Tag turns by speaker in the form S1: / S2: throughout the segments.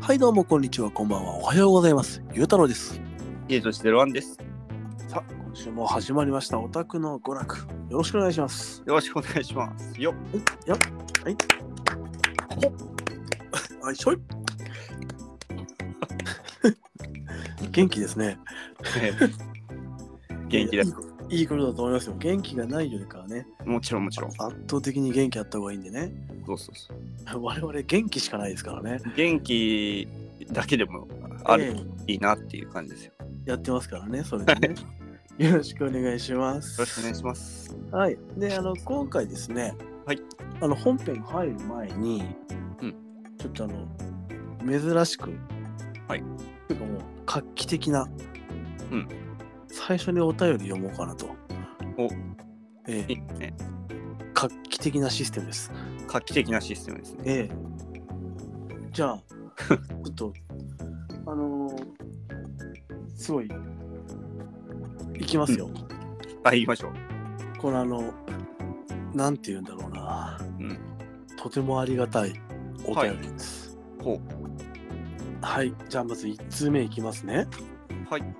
S1: はいどうもこんにちはこんばんはおはようございますゆうたろうです
S2: ゲートしてるワンです。
S1: さあ今週も始まりましたオタクの娯楽よろしくお願いします
S2: よろしくお願いします。よっ
S1: はいしょい 元気ですね
S2: えー元気です。
S1: いいことだと思いますよ元気がないよりかはね
S2: もちろんもちろん。
S1: 圧倒的に元気あった方がいいんでね
S2: そうそうそう。
S1: 我々元気しかないですからね
S2: 元気だけでもある
S1: え
S2: といいなっていう感じですよ。よ
S1: えやってますからねそれでね よろしくお願いします
S2: ろしくお願いします。
S1: はい。で、あの、今回ですね、
S2: はい。
S1: あの、本編入る前に、
S2: うん
S1: ちょっとあの、珍しく、
S2: はい。
S1: ていうかもう、画期的な、
S2: うん。
S1: 最初にお便り読もうかなと。
S2: お
S1: え
S2: い
S1: え
S2: いね。
S1: 画期的なシステムです。
S2: 画期的なシステムですね。
S1: ええじ ゃあ、ちょっと、あのーすごい、いきますよ。
S2: あ、行きましょう。
S1: このあの、なんて言うんだろうな。
S2: うん
S1: とてもありがたいお便りです。
S2: ほう。
S1: はい、じゃあまず1通目いきますね。
S2: はい。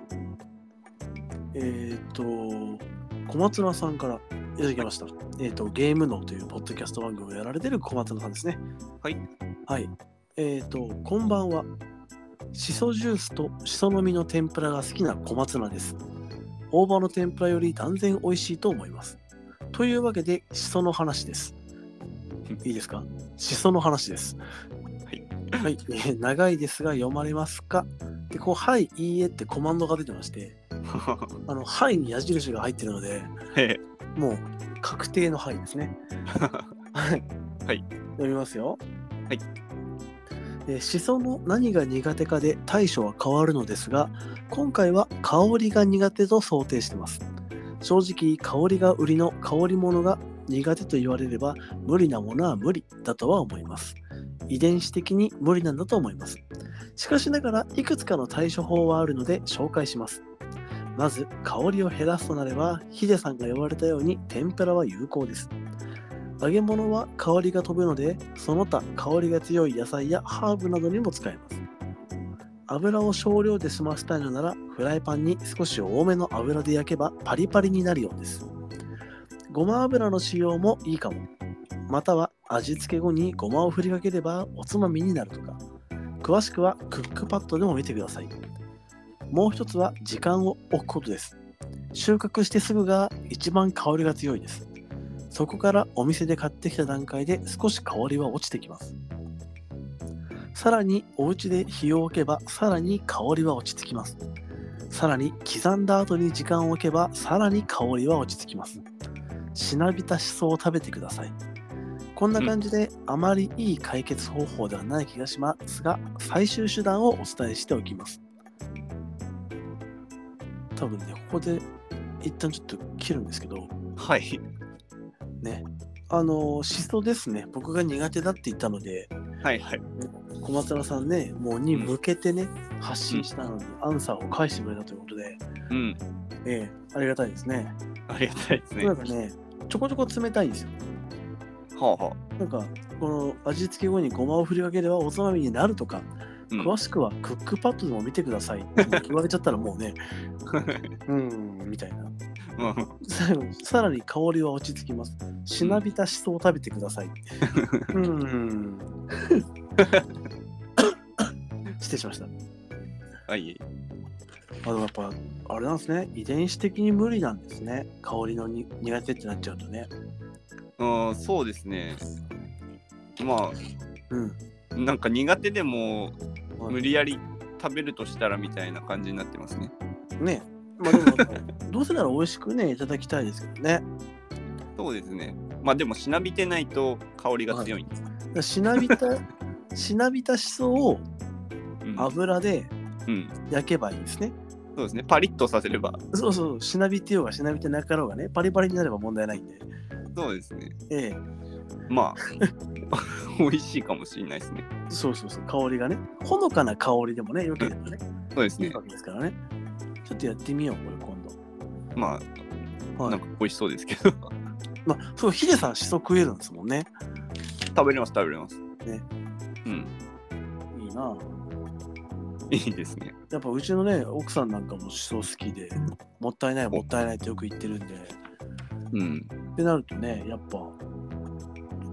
S1: えっ、と、小松菜さんからいただきました。えっ、と、ゲーム脳というポッドキャスト番組をやられてる小松菜さんですね。
S2: はい。
S1: はい。えっ、と、こんばんは。しそジュースとしその実の天ぷらが好きな小松菜です。大葉の天ぷらより断然美味しいと思います。というわけで、しその話です。いいですかしその話です。はい。はい、えー長いですが読まれますかで、こう、はい、いいえってコマンドが出てまして、あの、はいに矢印が入ってるので、
S2: え
S1: もう確定のはいですね。はい。
S2: はい
S1: 読みますよ。
S2: はい。
S1: えー、シソの何が苦手かで対処は変わるのですが、今回は香りが苦手と想定してます。正直、香りが売りの香り物が苦手と言われれば、無理なものは無理だとは思います。遺伝子的に無理なんだと思います。しかしながら、いくつかの対処法はあるので紹介します。まず、香りを減らすとなれば、ヒデさんが言われたように天ぷらは有効です。揚げ物は香りが飛ぶので、その他香りが強い野菜やハーブなどにも使えます。油を少量で済ませたいのなら、フライパンに少し多めの油で焼けばパリパリになるようです。ごま油の使用もいいかも。または味付け後にごまを振りかければおつまみになるとか。詳しくはクックパッドでも見てください。もう一つは時間を置くことです。収穫してすぐが一番香りが強いです。そこからお店で買ってきた段階で少し香りは落ちてきます。さらにお家で火を置けばさらに香りは落ち着きます。さらに刻んだ後に時間を置けばさらに香りは落ち着きます。しなびたしそを食べてください。こんな感じであまりいい解決方法ではない気がしますが、最終手段をお伝えしておきます。多分ね、ここで一旦ちょっと切るんですけど、
S2: はい。
S1: ね。あの、シソですね。僕が苦手だって言ったので、
S2: はいはい。
S1: 小松菜さんね、もうに
S2: うん
S1: 向けてね、発信したのに、アンサーを返してくれたということで、
S2: うん。
S1: ええありがたいですね。
S2: ありがたいですね。
S1: な
S2: は
S1: んかね、ちょこちょこ冷たいんですよ。
S2: あはあ。
S1: なんか、この味付け後にごまを振りかければおつまみになるとか、
S2: うん
S1: 詳しくはクックパッドでも見てくださいって言われちゃったらも うね、うーん、みたいな。
S2: うん
S1: 最後にさ らに香りは落ち着きます。しなびたしそを食べてください。うーん。失礼しました。
S2: はい。
S1: あのやっぱ、あれなんですね。遺伝子的に無理なんですね。香りのに苦手ってなっちゃうとね。
S2: うん、そうですね。ま
S1: うん。
S2: あ、なんか苦手でも無理やり食べるとしたらみたいな感じになってますね。
S1: ね。まあでも、 どうせなら美味しくね、いただきたいですけどね。
S2: そうですね。まあでも、しなびてないと香りが強いんです。
S1: だからしなびた、しなびたしそを
S2: うん
S1: 油で
S2: うん。
S1: 焼けばいいですね。
S2: そうですね。パリッとさせれば。
S1: そうそう、しなびてようがしなびてなかろうがね、パリパリになれば問題ないんで。
S2: そうですね。
S1: ええ
S2: まあ、 美味しいかもしれないですね。
S1: そうそうそう、香りがね。ほのかな香りでもね、よければね、
S2: そうです
S1: いい
S2: ね。
S1: わけですからね。ちょっとやってみよう、これ今
S2: ま
S1: 度。
S2: あ、
S1: は
S2: ないん。か美味しそうですけど。
S1: まあ、そう、ヒデさん、しそ食えるんですもんね。
S2: 食べれます、食べれます。
S1: ね
S2: うん。
S1: いいなぁ
S2: いいですね。
S1: やっぱうちのね奥さんなんかもしそ好きでもったいないもったいないってよく言ってるんで
S2: うん。
S1: ってなるとねやっぱ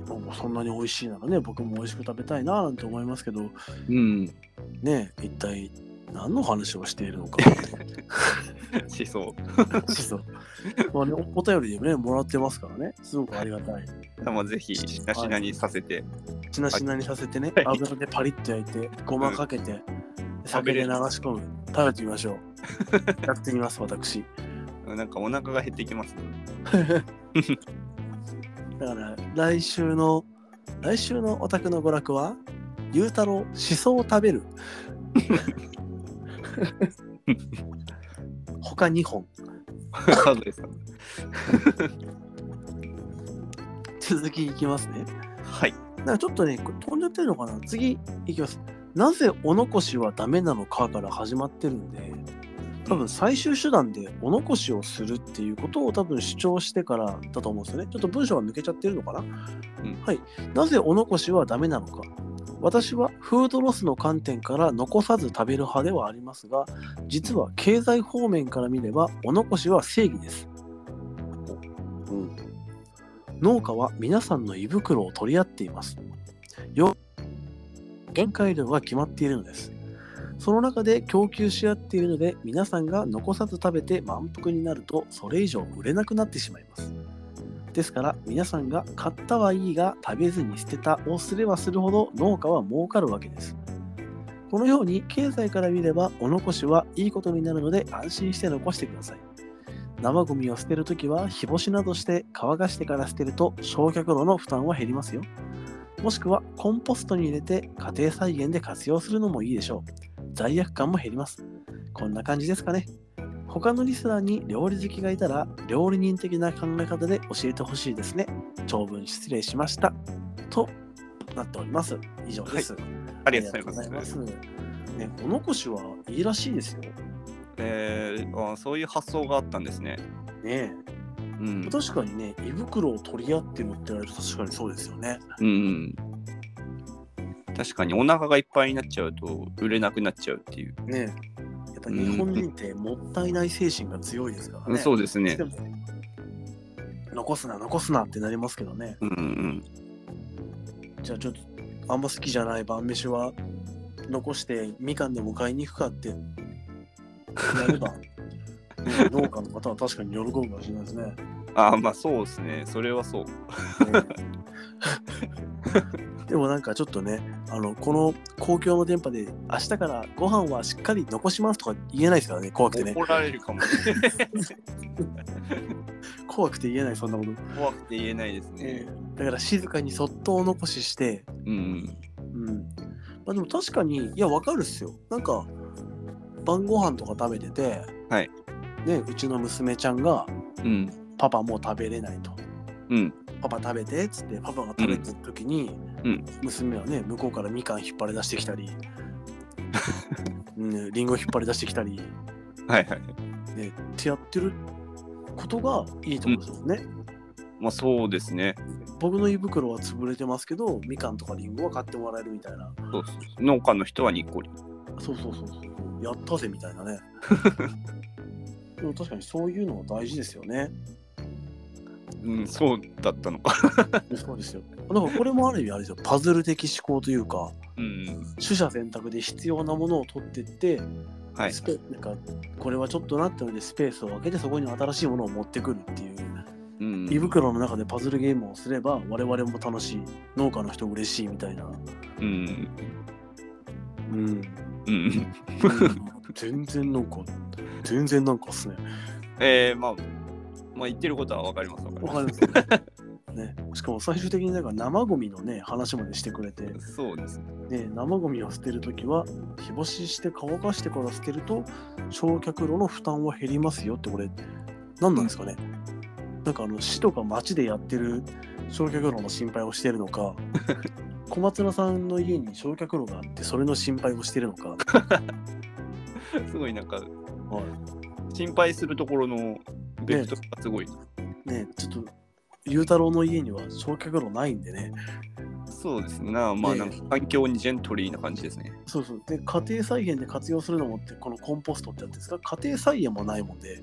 S1: なんかそんなに美味しいならね僕も美味しく食べたいななんて思いますけど
S2: うん。
S1: ね一体何の話をしている のか
S2: しそ。
S1: そうまあねおお便りでねもらってますからねすごくありがたいう
S2: まあ、ぜひ、しなしなにさせて、
S1: しなしなにさせてね
S2: はい
S1: 油でパリッと焼いてごまかけて、酒で流し込む食べてみましょ うやってみます私
S2: なんかお腹が減ってきますね。
S1: だから来週の来週のお宅の娯楽はゆうたろうしそを食べ る他2本
S2: サザエさん
S1: 続きいきますね
S2: はい。
S1: なんかちょっとねこれ飛んじゃってるのかな次いきますなぜお残しはダメなのかから始まってるんで多分最終手段でお残しをするっていうことを多分主張してからだと思うんですよね。ちょっと文章が抜けちゃってるのかな、
S2: ん
S1: はい。なぜお残しはダメなのか。私はフードロスの観点から残さず食べる派ではありますが、実は経済方面から見ればお残しは正義です。うん、農家は皆さんの胃袋を取り合っています。よ限界量が決まっているのです。その中で供給し合っているので皆さんが残さず食べて満腹になるとそれ以上売れなくなってしまいますですから皆さんが買ったはいいが食べずに捨てたをすればするほど農家は儲かるわけですこのように経済から見ればお残しはいいことになるので安心して残してください生ゴミを捨てるときは日干しなどして乾かしてから捨てると焼却炉の負担は減りますよもしくはコンポストに入れて家庭菜園で活用するのもいいでしょう罪悪感も減ります。こんな感じですかね。他のリスナーに料理好きがいたら、料理人的な考え方で教えてほしいですね。長文失礼しました。となっております。以上です。
S2: ありがとうございま
S1: あ
S2: す。
S1: りがとうございます。ね、お残しはいいらしいですよ。ね
S2: えー、あそういう発想があったんですね。
S1: え。
S2: うん。
S1: 確かにね、胃袋を取り合って持ってられると確かにそうですよね。
S2: うん、確かにお腹がいっぱいになっちゃうと売れなくなっちゃうっていう。
S1: ねえ。やっぱ日本人ってもったいない精神が強いですからね。
S2: そうですね
S1: で。もね残すな、残すなってなりますけどね。
S2: うんうん。
S1: じゃあちょっとあんま好きじゃない晩飯は残してみかんでも買いに行くかってやれ ばね農家の方は確かに喜ぶかもしれないですね。ね
S2: ああまあそうですね。それはそう。
S1: でもなん かちょっとねあのこの公共の電波で明日からご飯はしっかり残しますとか言えないですからね怖くてね
S2: 怒られるかも、ね。
S1: 怖くて言えないそんなこと、
S2: 怖くて言えないですね。
S1: だから静かにそっとお残しして
S2: うん
S1: うん。まあでも確かに、いや、わかるっすよ。なんか、晩ご飯とか食べてて、
S2: はい
S1: ね、うちの娘ちゃんが、
S2: うんうん
S1: パパもう食べれないと。
S2: うん
S1: パパ食べてっつって、パパが食べてる時に、
S2: うん
S1: 娘はね、向こうからみかん引っ張り出してきたり、ね、リンゴ引っ張り出してきたり、
S2: はいはい。
S1: ね、ってやってることがいいと思うんですよね。
S2: まあそうですね。
S1: 僕の胃袋は潰れてますけど、みかんとかリンゴは買ってもらえるみたいな。
S2: そうそうそう農家の人はにっこり。
S1: そうそうそうそうやったぜみたい なねでも確かにそういうのは大事ですよね
S2: うんそうだったのか。
S1: そうですよなんかこれもある意味あれですよパズル的思考というか
S2: うん
S1: 取捨選択で必要なものを取ってって、
S2: はい。
S1: スペなんかこれはちょっとなってのでスペースを空けてそこに新しいものを持ってくるっていう、
S2: うん
S1: 胃袋の中でパズルゲームをすれば我々も楽しい農家の人嬉しいみたいな
S2: うん
S1: うん
S2: うん。
S1: 全然なんか全然なんかっすね
S2: えー、まあまあ言ってることはわかりますわかり
S1: わ
S2: ま
S1: かりますねね。しかも最終的になんか生ゴミのね話までしてくれて、
S2: す。そうですね。
S1: ね、生ゴミを捨てるときは日干しして乾かしてから捨てると焼却炉の負担は減りますよってこれ何なんですかね、なんかあの市とか町でやってる焼却炉の心配をしてるのか小松菜さんの家に焼却炉があってそれの心配をしてるのか、
S2: すごいなんか
S1: はい
S2: 心配するところのベクトルがすごい、
S1: ね、ちょっと。ゆうたろうの家には焼却炉ないんでね、
S2: そうですね。なまあ、
S1: ええ
S2: なんか環境にジェントリーな感じですね。
S1: そうそう。で、家庭菜園で活用するのもって、このコンポストってやつですか家庭菜園もないもんで、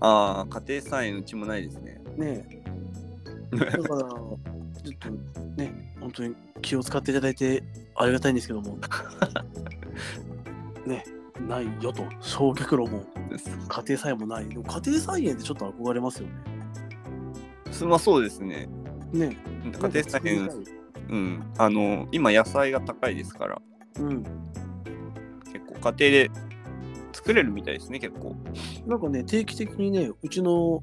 S2: ああ、家庭菜園うちもないですね。
S1: ねえ。だから、ちょっとね、本当に気を使っていただいてありがたいんですけど も、ね、ないよと、焼却炉も家庭菜園もない。でも家庭菜園ってちょっと憧れますよね。
S2: すまあそうですね。
S1: ねえ。
S2: 家庭菜
S1: なん
S2: 園、
S1: か作り
S2: うん。あの、今野菜が高いですから、
S1: たいうん。
S2: 結構家庭で作れるみたいですね、結構。
S1: なんかね、定期的にね、うちの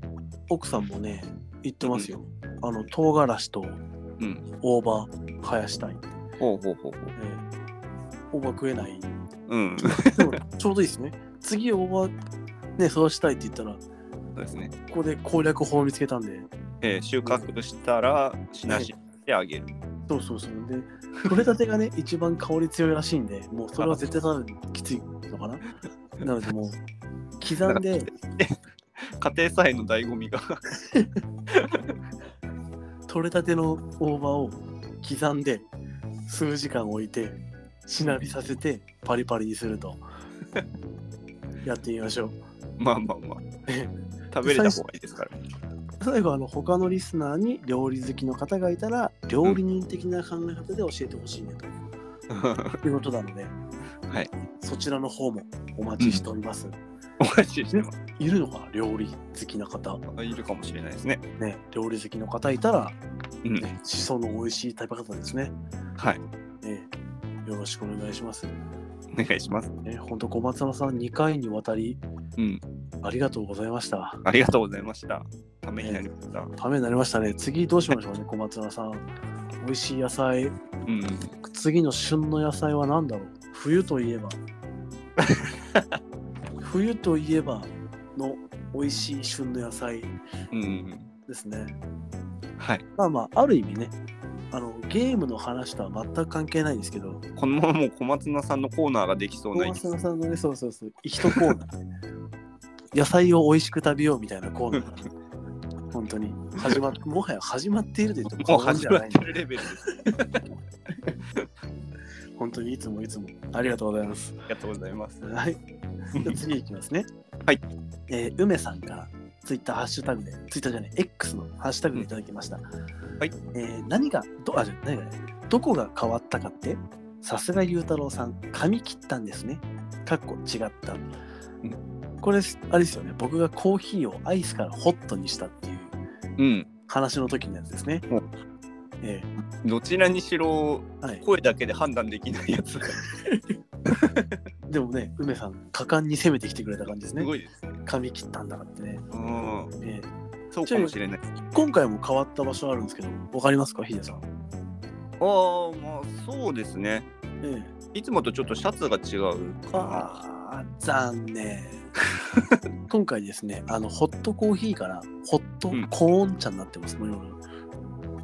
S1: 奥さんもね、言ってますよ。あの、唐辛子と
S2: うん。
S1: 大葉生やしたい。
S2: ほうほうほうほう。
S1: ええ、大葉食え ない。
S2: うん。
S1: でもちょうどいいですね。次大葉ね、育ちたいって言ったら、
S2: そうですね。
S1: ここで攻略法を見つけたんで、
S2: えー収穫したら、しなしであげる。
S1: そうそうそう。で、取れたてがね、一番香り強いらしいんで、もうそれは絶対多分きついのかな。なので、もう、刻んで、
S2: 家庭菜園の醍醐味が。
S1: 取れたての大葉を刻んで、数時間置いて、しなびさせて、パリパリにすると。やってみましょう。
S2: まあまあまあ。食べれた方がいいですから。
S1: 最後あの他のリスナーに料理好きの方がいたら料理人的な考え方で教えてほしいねということなので、
S2: はい、
S1: そちらの方もお待ちしております、
S2: おかしいしてます。
S1: いるのかな料理好きな方
S2: いるかもしれないですね。
S1: ね料理好きの方いたら、
S2: うん。
S1: ね、しその美味しい食べ方ですね、
S2: はい。
S1: ねよろしくお願いします、
S2: お願いします。
S1: ね、本当小松菜さん2回にわたり
S2: うん。
S1: ありがとうございました
S2: ありがとうございました。ためになりました。
S1: ためになりましたね次どうしましょうね小松菜さん美味しい野菜
S2: うん。
S1: 次の旬の野菜は何だろう冬といえば 冬といえばの美味しい旬の野菜
S2: うん。
S1: ですね
S2: はい。
S1: まあまあある意味ねあのゲームの話とは全く関係ないんですけど
S2: このままもう小松菜さんのコーナーができそう
S1: 小
S2: な勢
S1: 松
S2: い
S1: 菜さんのねそうそうそう一コーナーね野菜を美味しく食べようみたいなコーナーが 本当に始まっもはや始まっていると言って
S2: もう
S1: 過言
S2: 始
S1: じゃ
S2: ま
S1: な
S2: っ
S1: いん
S2: て
S1: で
S2: るレベルです。
S1: 本当にいつもいつもありがとうございます
S2: ありがとうございます。。
S1: はい。じゃあ次いきますね
S2: はい。
S1: えー梅さんからツイッターハッシュタグで、ツイッターじゃない、X のハッシュタグでいただきました。
S2: はい。
S1: えー何が、ど、あ、じゃ何がね、どこが変わったかって、さすがゆうたろうさん、髪切ったんですね。かっこ違った。これ、あれですよね、僕がコーヒーをアイスからホットにしたっていう
S2: うん。
S1: 話の時のやつですね。
S2: うん
S1: え
S2: どちらにしろ
S1: ーはい。
S2: 声だけで判断できないやつが
S1: でもね、梅さん、果敢に攻めてきてくれた感じです
S2: す
S1: ね
S2: ご。いですね。
S1: 髪切ったんだからってね。
S2: うん。
S1: えー
S2: そうかもしれない。
S1: 今回も変わった場所あるんですけど、わかりますか、ヒデさん。
S2: ああ、まあそうですね。
S1: ええ、
S2: いつもとちょっとシャツが違うか
S1: ああ、残 念。今回ですね、あのホットコーヒーからホットコーン茶になってます、もう今
S2: な。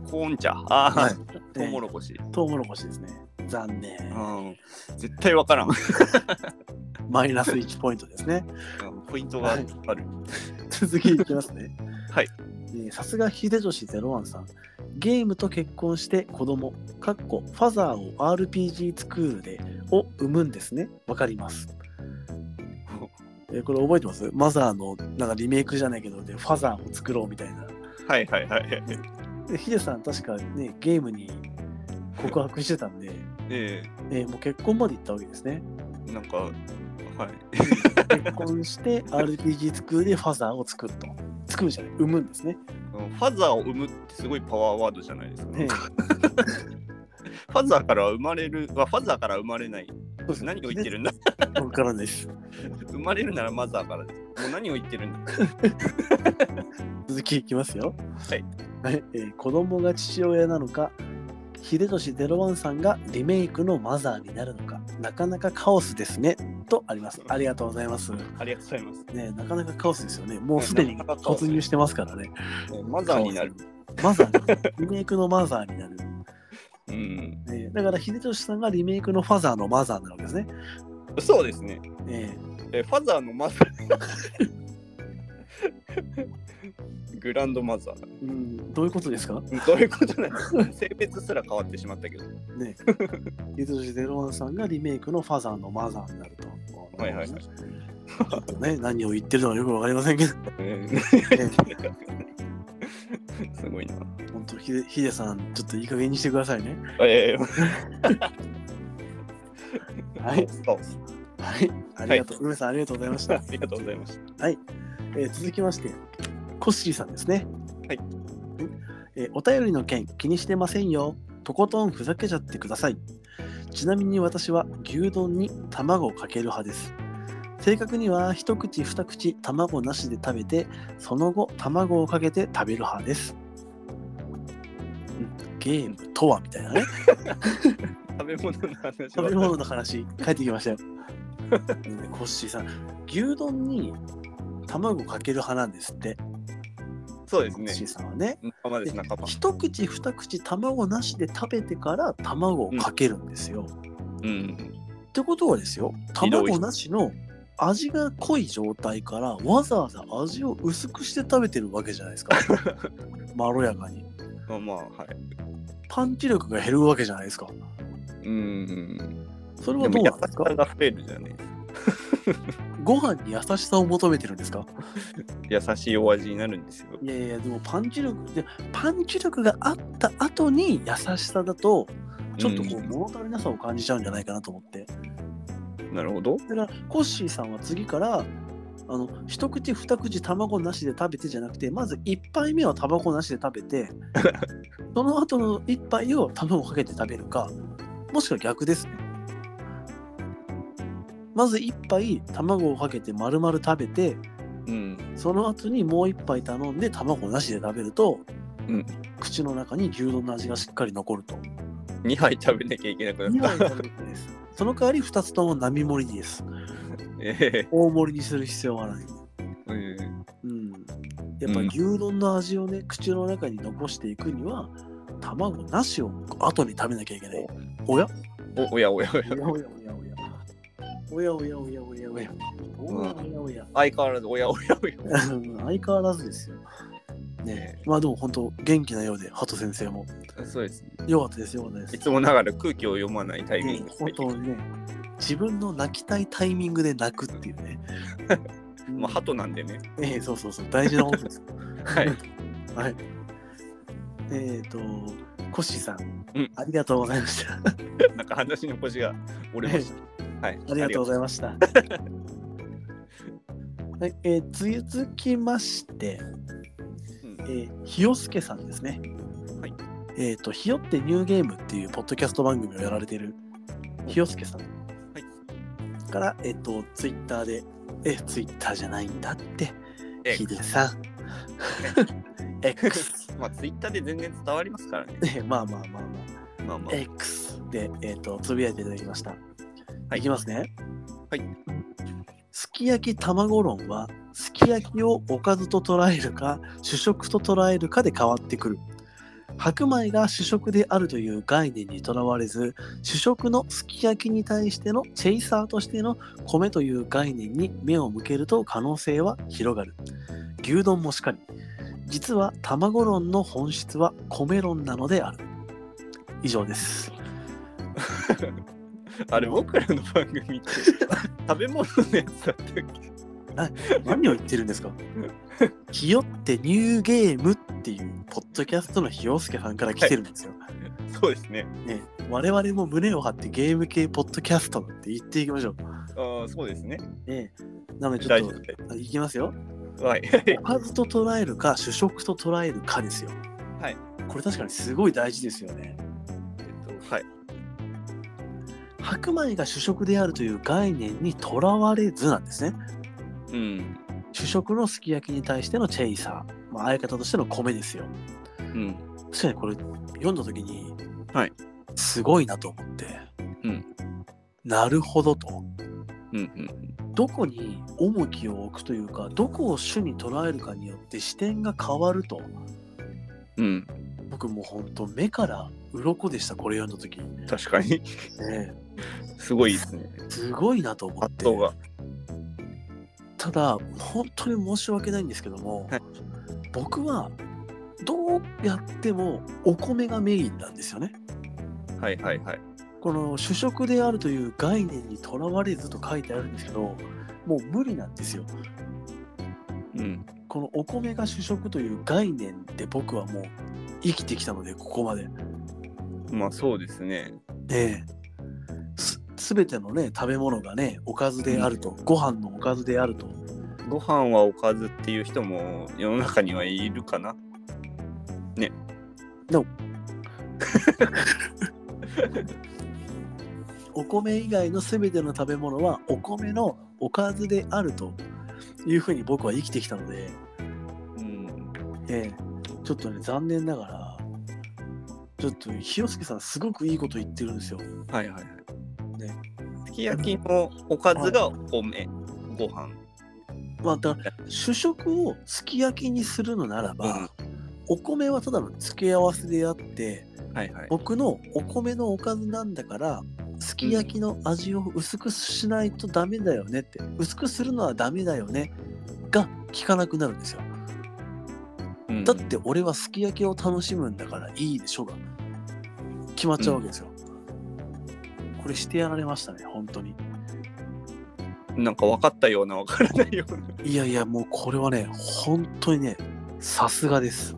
S2: コーン茶。ああ、
S1: はい
S2: トウモロコシ。
S1: トウモロコシですね。残念。
S2: うん。絶対わからん。
S1: マイナス1ポイントですね。
S2: ポイントがある。
S1: 続きいきますね。
S2: はい
S1: えー。さすが秀吉ゼロワンさん。ゲームと結婚して子供、かっこファザーを RPG スクールでを生むんですね。わかり ます。えーこれ覚えてますマザーのなんかリメイクじゃないけど、でファザーを作ろうみたいな。
S2: はいはいはい。
S1: でヒデさん確かね、ゲームに告白してたんで、
S2: え
S1: えーもう結婚まで行ったわけですね。
S2: えなんか、はい。
S1: 結婚して RPG スクールでファザーを作ると。作るじゃない、生むんですね。
S2: ファザーを生むってすごいパワーワードじゃないですか。
S1: ね
S2: ファザーから生まれる、あファザーから生まれない。
S1: そうです
S2: 何を言ってるんだ
S1: わからないです。
S2: 生まれるならマザーからです。もう何を言ってるんだ
S1: 続きいきますよ。
S2: はい。
S1: はいえー子供が父親なのか、秀俊01さんがリメイクのマザーになるのか、なかなかカオスですね。とあります。ありがとうございます。
S2: ありがとうございます。
S1: ね、なかなかカオスですよね。もうすでに突入してますからね。
S2: えマザーになる。
S1: マザーになる。リメイクのマザーになる。
S2: うん。
S1: ね、だから秀俊さんがリメイクのファザーのマザーなわけですね。
S2: そうですね。
S1: え
S2: えファザーのマザー。 グランドマザー。
S1: うん、どういうことですか
S2: どういうことなの性別すら変わってしまったけど。
S1: ねゆずじゼロワンさんがリメイクのファザーのマザーになると。
S2: はいはいはい。
S1: ちょっとね、何を言ってるのかよくわかりませんけど、ね、
S2: えー すごいな。
S1: 本当ヒデヒデさん、ちょっといい加減にしてくださいね。
S2: え
S1: はい、
S2: そう
S1: はい、ありがとう、梅さんありがとうございました
S2: あ。りがとうございました。
S1: はい、えー続きましてコッシーさんですね
S2: はい、
S1: えーお便りの件気にしてませんよとことんふざけちゃってくださいちなみに私は牛丼に卵をかける派です正確には一口二口卵なしで食べてその後卵をかけて食べる派ですうんゲームとはみたい なね
S2: 食べ物の話は
S1: 食べ物の話帰ってきました よねコッシーさん牛丼に卵かける派なんですって
S2: そうです
S1: コッシー
S2: ね。
S1: さんはね
S2: 仲間です、仲間。
S1: 一口二口卵なしで食べてから卵をかけるんですよ。
S2: うん。
S1: ってことはですよ
S2: ひどい
S1: 卵なしの味が濃い状態からわざわざ味を薄くして食べてるわけじゃないです かまろやかに
S2: まあまあ、はい。
S1: パンチ力が減るわけじゃないですか
S2: うん。
S1: それは
S2: で
S1: ど
S2: も、
S1: う
S2: 優
S1: なん
S2: し
S1: です
S2: さ
S1: か
S2: が増えるじゃね。
S1: ご飯に優しさを求めてるんですか
S2: 優しいお味になるんですよ。
S1: いやいやでもパンチ力でパンチ力があった後に優しさだとちょっとこう
S2: うん
S1: 物足りなさを感じちゃうんじゃないかなと思って
S2: なるほど。
S1: だからコッシーさんは次からあの一口二口卵なしで食べてじゃなくてまず一杯目は卵なしで食べ てその後の一杯を卵かけて食べるかもしくは逆ですねまず一杯卵をかけて丸々食べて
S2: うん。
S1: その後にもう一杯頼んで卵なしで食べると、
S2: うん
S1: 口の中に牛丼の味がしっかり残ると
S2: 2杯食べなきゃいけなく
S1: 二
S2: な
S1: 杯
S2: っ
S1: 食べてですその代わり二つとも並盛りです
S2: た。え
S1: 大盛りにする必要はない
S2: えうん
S1: うん、やっぱ
S2: うん
S1: 牛丼の味をね、口の中に残していくには卵なしを後に食べなきゃいけない。おや
S2: おおやおやおや。
S1: おやおやおやおやおやおやおやおやおやおやおや
S2: 相変わらずおやおやおや。
S1: うん相変わらずですよ。ね
S2: ね
S1: まあでも本当元気なようで、ハト先生も。
S2: そうですね。
S1: よかったですよかったです
S2: い。つもながら空気を読まないタイミン
S1: ね
S2: グで
S1: 本当にね、自分の泣きたいタイミングで泣くっていう ね。
S2: まあ、鳩なん でね。
S1: ええそうそうそう、大事なことです。
S2: はい。
S1: はい。えっ、と、コッシーさん,、
S2: うん
S1: ありがとうございま した。
S2: なんか話の腰が折れました。 はい。
S1: ありがとうご
S2: い
S1: ざいました。はい、えー続きまして、え
S2: ま
S1: ーひよすけさんですね。
S2: はい。
S1: えっ、と、ひよってニューゲームっていうポッドキャスト番組をやられてるひよすけさん。から、えっ、と、ツイッターで、え、ツイッターじゃないんだって、
S2: す。
S1: ひでさん。X。
S2: まあ、ツイッターで全然伝わりますからね。
S1: ねまあまあまあまあ。
S2: まあまあ。
S1: X で、えー、とつぶやいていただきました。
S2: はい
S1: い、きますね。
S2: はい。
S1: すき焼き卵論は、すき焼きをおかずと捉えるか、主食と捉えるかで変わってくる。白米が主食であるという概念にとらわれず、主食のすき焼きに対してのチェイサーとしての米という概念に目を向けると可能性は広がる。牛丼もしかり。実は卵論の本質は米論なのである。以上です。
S2: あれ、僕らの番組って、 食べ物のやつだったっけ
S1: 何を言ってるんですかひよってニューゲームっていうポッドキャストのひよすけさんから来てるんですよ。
S2: そうですね。
S1: ね、我々も胸を張ってゲーム系ポッドキャストなんて言っていきましょう。
S2: ああ、そうですね。
S1: ね、なのでちょ
S2: 大
S1: っ
S2: 丈
S1: とあいきますよ。
S2: 夫。はい。
S1: おかずと捉えるか主食と捉えるかですよ。
S2: はい。
S1: これ確かにすごい大事ですよね。
S2: えっ とはい。
S1: 白米が主食であるという概念にとらわれずなんですね。
S2: うん。
S1: 主食のすき焼きに対してのチェイサー、まあ、相方としての米ですよ。
S2: うん。
S1: 確かにこれ読んだ時に、
S2: はい
S1: すごいなと思って、
S2: うん
S1: なるほどと
S2: うん。うん。
S1: どこに重きを置くというかどこを主に捉えるかによって視点が変わると
S2: うん。
S1: 僕もうほんと目から鱗でしたこれ読んだ時、ね
S2: 確かに。 すごいですね。
S1: え、すごいなと思って
S2: 発想が。
S1: ただ本当に申し訳ないんですけども、
S2: はい
S1: 僕はどうやってもお米がメインなんですよね。
S2: はいはいはい。
S1: この主食であるという概念にとらわれずと書いてあるんですけどもう無理なんですよ。
S2: うん。
S1: このお米が主食という概念で僕はもう生きてきたのでここまで。
S2: まあそうですね。
S1: ええす全てのね食べ物がねおかずであると、ご飯のおかずであると
S2: ご飯はおかずっていう人も世の中にはいるかな。
S1: お米以外の全ての食べ物はお米のおかずであるというふうに僕は生きてきたので、
S2: うん。
S1: ええちょっとね残念ながらちょっと清介さんすごくいいこと言ってるんですよ。
S2: はいはいはい。
S1: ね
S2: すき焼きのおかずが米、ご飯。
S1: また主食をすき焼きにするのならば、お米はただの付け合わせであって
S2: はいはい。
S1: 僕のお米のおかずなんだからすき焼きの味を薄くしないとダメだよねって薄くするのはダメだよねが効かなくなるんですよ
S2: うん
S1: だって俺はすき焼きを楽しむんだからいいでしょが決まっちゃうわけですよ、これしてやられましたね本当に
S2: なんか分かったような分からないような。
S1: いやいやもうこれはね本当にねさすがです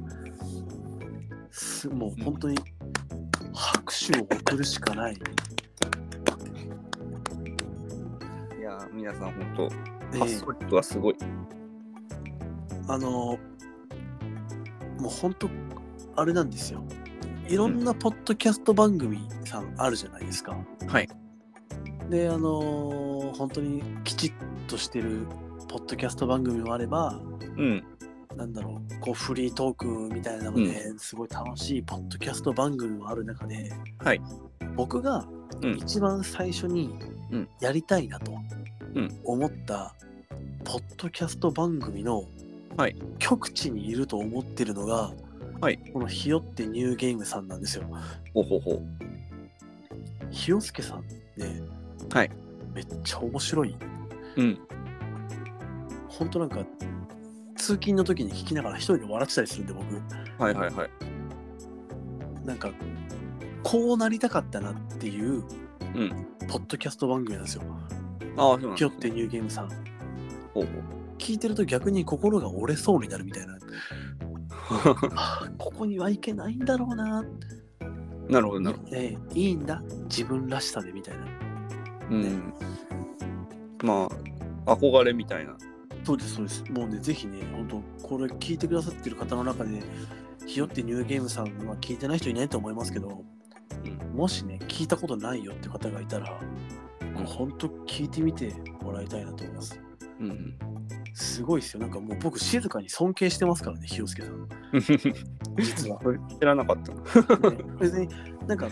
S1: すもう本当に拍手を送るしかない、
S2: いやー、皆さん本
S1: え
S2: 当、
S1: え
S2: 発想力はすごい。
S1: あのもう本当あれなんですよいろんなポッドキャスト番組さんあるじゃないですか、
S2: はい
S1: であの本当にきちっとしてるポッドキャスト番組もあれば
S2: うん。
S1: なんだろうこうフリートークみたいなので、すごい楽しいポッドキャスト番組もある中で、
S2: はい
S1: 僕が
S2: うん
S1: 一番最初に
S2: うん
S1: やりたいなと
S2: うん
S1: 思ったポッドキャスト番組の
S2: はい
S1: 極地にいると思ってるのが、
S2: はい
S1: このひよってニューゲームさんなんですよ。
S2: ほほほ。
S1: ひよすけさんね、
S2: はい
S1: めっちゃ面白い
S2: うん。
S1: 本当なんか通勤の時に聞きながら一人で笑ってたりするんで僕。
S2: はいはいはい。
S1: なんかこうなりたかったなっていう、
S2: うん
S1: ポッドキャスト番組なんですよ。
S2: ああ、そうなん
S1: キ
S2: で
S1: ョっ
S2: す
S1: て
S2: ね。
S1: ニューゲームさん。
S2: ほうほう
S1: 聞いてると逆に心が折れそうになるみたい な。はあここにはいけないんだろうな。
S2: なるほどなるほ
S1: ええいいんだ。自分らしさでみたいな。
S2: ど。うん。まあ、憧れみたいな。
S1: そうです、そうです。もうね、ぜひね、本当これ聞いてくださってる方の中で、ひよってニューゲームさんは聞いてない人いないと思いますけど、
S2: うん
S1: もしね、聞いたことないよって方がいたら、
S2: ん
S1: 本当聞いてみてもらいたいなと思います。
S2: うん。
S1: すごいですよ。なんかもう僕静かに尊敬してますからね、ひよすけさん。実 は。
S2: これ知らなかったな。
S1: ね別になんか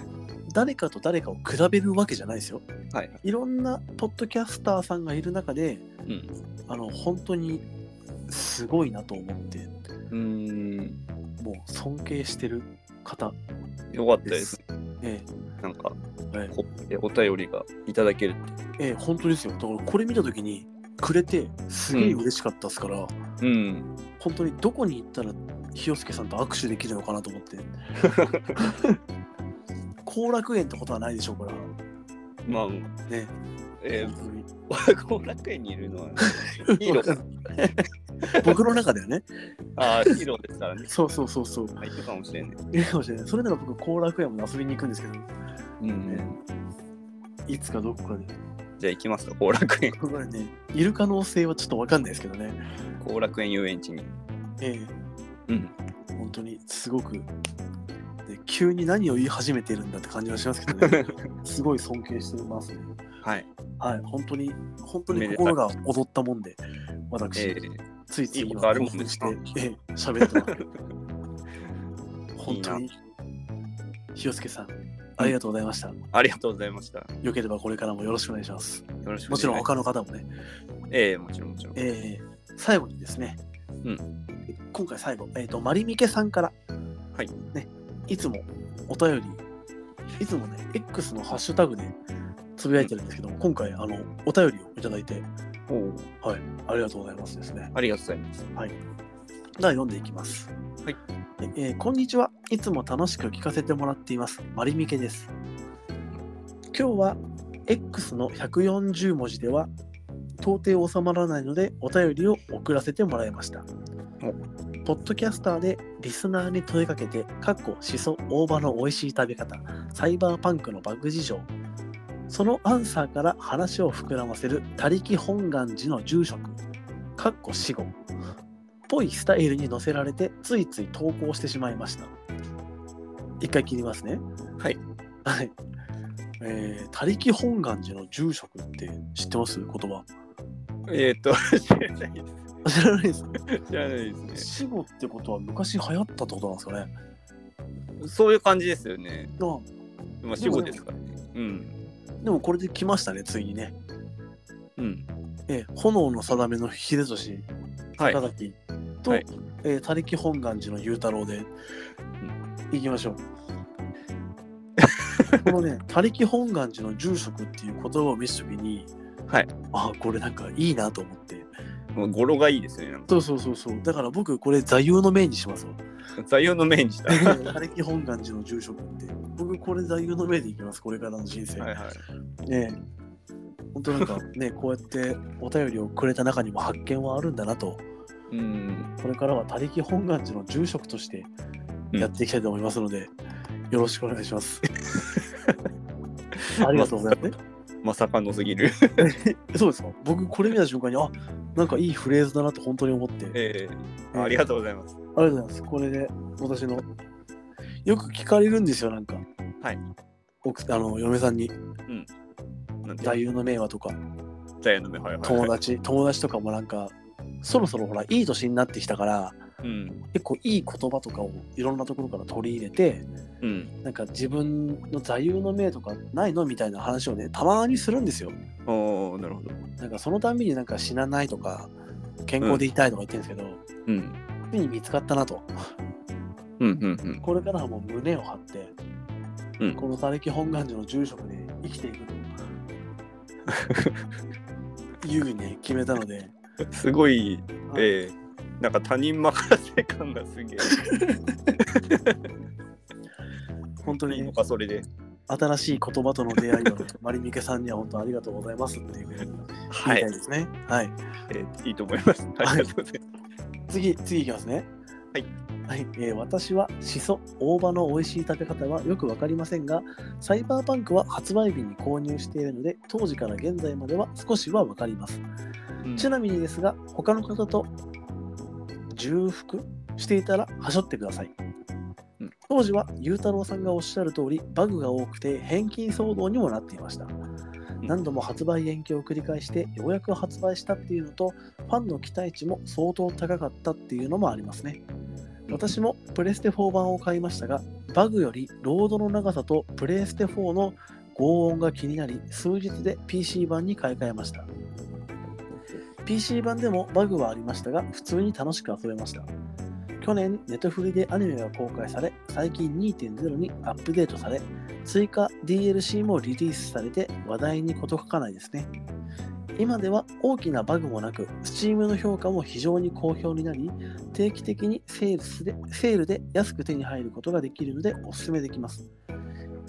S1: 誰かと誰かを比べるわけじゃないですよ。
S2: はい。
S1: いろんなポッドキャスターさんがいる中で、
S2: うん。
S1: あの本当にすごいなと思って、
S2: うーん。
S1: もう尊敬してる方
S2: よかった
S1: で
S2: です
S1: す。。え
S2: なんか、
S1: ええ
S2: こえお便りがいただけるって。
S1: えええ本当ですよ。だからこれ見た時にくれてすげえ嬉しかったですから、
S2: うん。
S1: 本当にどこに行ったらひよすけさんと握手できるのかなと思って。後楽園ってことはないでしょうから。
S2: まあ、
S1: ね、
S2: え
S1: 本当に
S2: ー、後楽園にいるのは、 ヒーロー。
S1: 僕の中で はね。
S2: ああ、ヒーローですからね。
S1: そうそうそうそう。
S2: 入ってたかもしれない。
S1: いるかもしれない。それなら僕、後楽園も遊びに行くんですけど、
S2: うん。
S1: いつかどこかで。
S2: じゃあ行きますか、後楽園。
S1: これね、いる可能性はちょっとわかんないですけどね。
S2: 後楽園遊園地に。
S1: え
S2: うん。
S1: え本当にすごく、ね急に何を言い始めてるんだって感じはしますけど ね。すごい尊敬してますね。
S2: はい。
S1: はい、本当に、本当に心が踊ったもんで、私。
S2: えー、
S1: ついつい
S2: いいこ
S1: 今
S2: とあるもんね
S1: 興奮して、ええ喋ってますけど。 本当に、ひよすけさん、ありがとうございました。
S2: ありがとうございました。よ
S1: よければこれからもよろしくお願いします。
S2: ろしくお願いします
S1: もちろん他の方もね。
S2: ええもちろんもちろん。
S1: えー最後にですね、
S2: う
S1: 今回最後、えっ、と、まりみけさんから、
S2: はい。
S1: ね、いつもお便り、いつもね、X のハッシュタグでつぶやいてるんですけども、今回、あの、お便りをいただいて、
S2: おう
S1: はい、ありがとうございますですね。
S2: ありがとうございます。
S1: では読んでいきます。
S2: はい
S1: えーこんにちは。いつも楽しく聞かせてもらっています。マリミケです。今日は X の140文字では到底収まらないのでお便りを送らせてもらいました。ポッドキャスターでリスナーに問いかけて、かっこしそ大葉の美味しい食べ方、サイバーパンクのバグ事情、そのアンサーから話を膨らませる他力本願寺の住職、かっこ死後、ぽいスタイルに乗せられてついつい投稿してしまいました一回切りますね
S2: はい
S1: はいえー「他力本願寺の住職」って知ってます言葉
S2: えっ、と、 知らないで
S1: あ知らないです
S2: す。知らないです
S1: 死後ってことは昔流行ったってことなんですかね
S2: ね。そういう感じですよね。
S1: あ
S2: まあ、死後ですからね。うん。
S1: でもこれで来ましたねついにね、
S2: うん。
S1: えー炎の定めの秀俊
S2: はい。
S1: 高崎と、
S2: はい
S1: えー他力本願寺の雄太郎で、行きま しょう。このね、他力本願寺の住職っていう言葉を見すときに、
S2: はい、
S1: あこれなんかいいなと思って。
S2: もう語呂がいいですね。なんか
S1: そうそうそうそう。だから僕、これ座右の銘にしますわ。
S2: 座右の銘にした。 は
S1: 他力本願寺の住職って。僕、これ座右の銘でいきます、これからの人生。
S2: いはい。
S1: ねえ本当なんかね、こうやってお便りをくれた中にも発見はあるんだなと
S2: うん。
S1: これからは他力本願寺の住職としてやっていきたいと思いますので、よろしくお願いし ます。ありがとうございます。
S2: まさかのすぎる。
S1: えそうですか僕これ見た瞬間に、あなんかいいフレーズだなって本当に思って、
S2: ええありがとうございます。
S1: ありがとうございます。これで私の、よく聞かれるんですよ、なんか。
S2: はい
S1: 奥さん。あの嫁さんに
S2: なんて
S1: 座右の銘話とか
S2: 座右の銘、はいはい。
S1: 友達友達とかもなんかそろそろほらいい年になってきたから
S2: うん。
S1: 結構いい言葉とかをいろんなところから取り入れて
S2: うん。
S1: なんか自分の座右の銘とかないのみたいな話をねたまにするんですよ
S2: おおなるほど。
S1: なんかそのたんびになんか死なないとか健康でいたいとか言ってるんですけど、
S2: うん。
S1: ついに見つかったなと
S2: うんうん
S1: これからはもう胸を張って、
S2: うん
S1: この他力本願寺の住職で生きていくというふうにね決めたので、
S2: うん。すごい、
S1: はい
S2: ええなんか他人任せ感がすげえ。
S1: 本当
S2: いい
S1: に
S2: のか、それで。
S1: 新しい言葉との出会いをマリミケさんには本当ありがとうございますっていうふうに言い
S2: は
S1: たい
S2: い
S1: で。すね。はい
S2: えーいいと思います。ありがとうございま
S1: 次、次いきますね。
S2: はい。
S1: はい、えー私はしそ大葉の美味しい食べ方はよくわかりませんがサイバーパンクは発売日に購入しているので当時から現在までは少しはわかります、
S2: す。
S1: ちなみにですが他の方と重複していたらはしょってください、
S2: うん
S1: 当時はゆうたろうさんがおっしゃる通りバグが多くて返金騒動にもなっていました何度も発売延期を繰り返してようやく発売したっていうのとファンの期待値も相当高かったっていうのもありますね私もプレステ4版を買いましたがバグよりロードの長さとプレステ4の轟音が気になり数日で PC 版に買い替えました PC 版でもバグはありましたが普通に楽しく遊べました去年ネットフリでアニメが公開され最近2.0にアップデートされ追加 DLC もリリースされて話題に事欠かないですね今では大きなバグもなく Steam の評価も非常に好評になり定期的にセールスでセールで安く手に入ることができるのでおすすめできます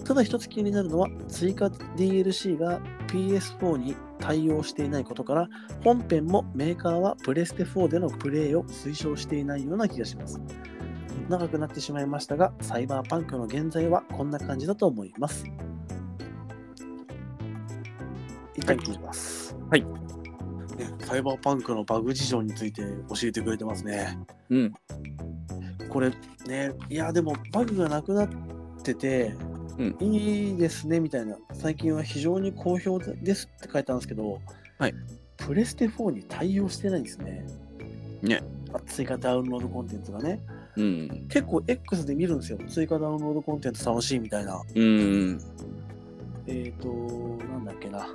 S1: ただ一つ気になるのは追加 DLC が PS4 に対応していないことから本編もメーカーはプレステ4でのプレイを推奨していないような気がします長くなってしまいましたがサイバーパンクの現在はこんな感じだと思います一旦切ります
S2: はい
S1: ねサイバーパンクのバグ事情について教えてくれてますね
S2: うん。
S1: これねいやでもバグがなくなってて、
S2: うん
S1: いいですねみたいな最近は非常に好評ですって書いたんですけど、
S2: はい
S1: プレステ4に対応してないんですね
S2: ね
S1: あ追加ダウンロードコンテンツがね
S2: うん。
S1: 結構 X で見るんですよ追加ダウンロードコンテンツ楽しいみたいな
S2: うん。
S1: えっ、ー、となんだっけな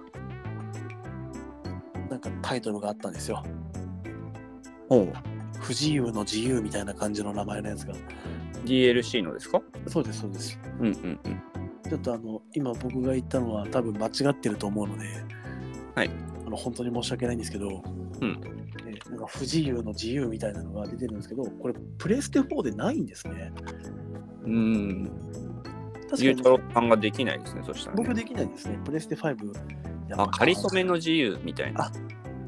S1: なんかタイトルがあったんですよ
S2: おう
S1: 不自由の自由みたいな感じの名前のやつが
S2: DLC のですか
S1: そうですそうです
S2: うんうんうん。
S1: ちょっとあの今僕が言ったのは多分間違ってると思うので、
S2: はい
S1: あの本当に申し訳ないんですけど、
S2: うん
S1: えーなんか不自由の自由みたいなのが出てるんですけど、これ、プレステ4でないんですね。
S2: うん。
S1: 確か
S2: ゆう
S1: に
S2: たろうさんができないですね、そしたら、ね。
S1: 僕できないですね。プレステ5やっぱ
S2: あ、かりそめの自由みたいな。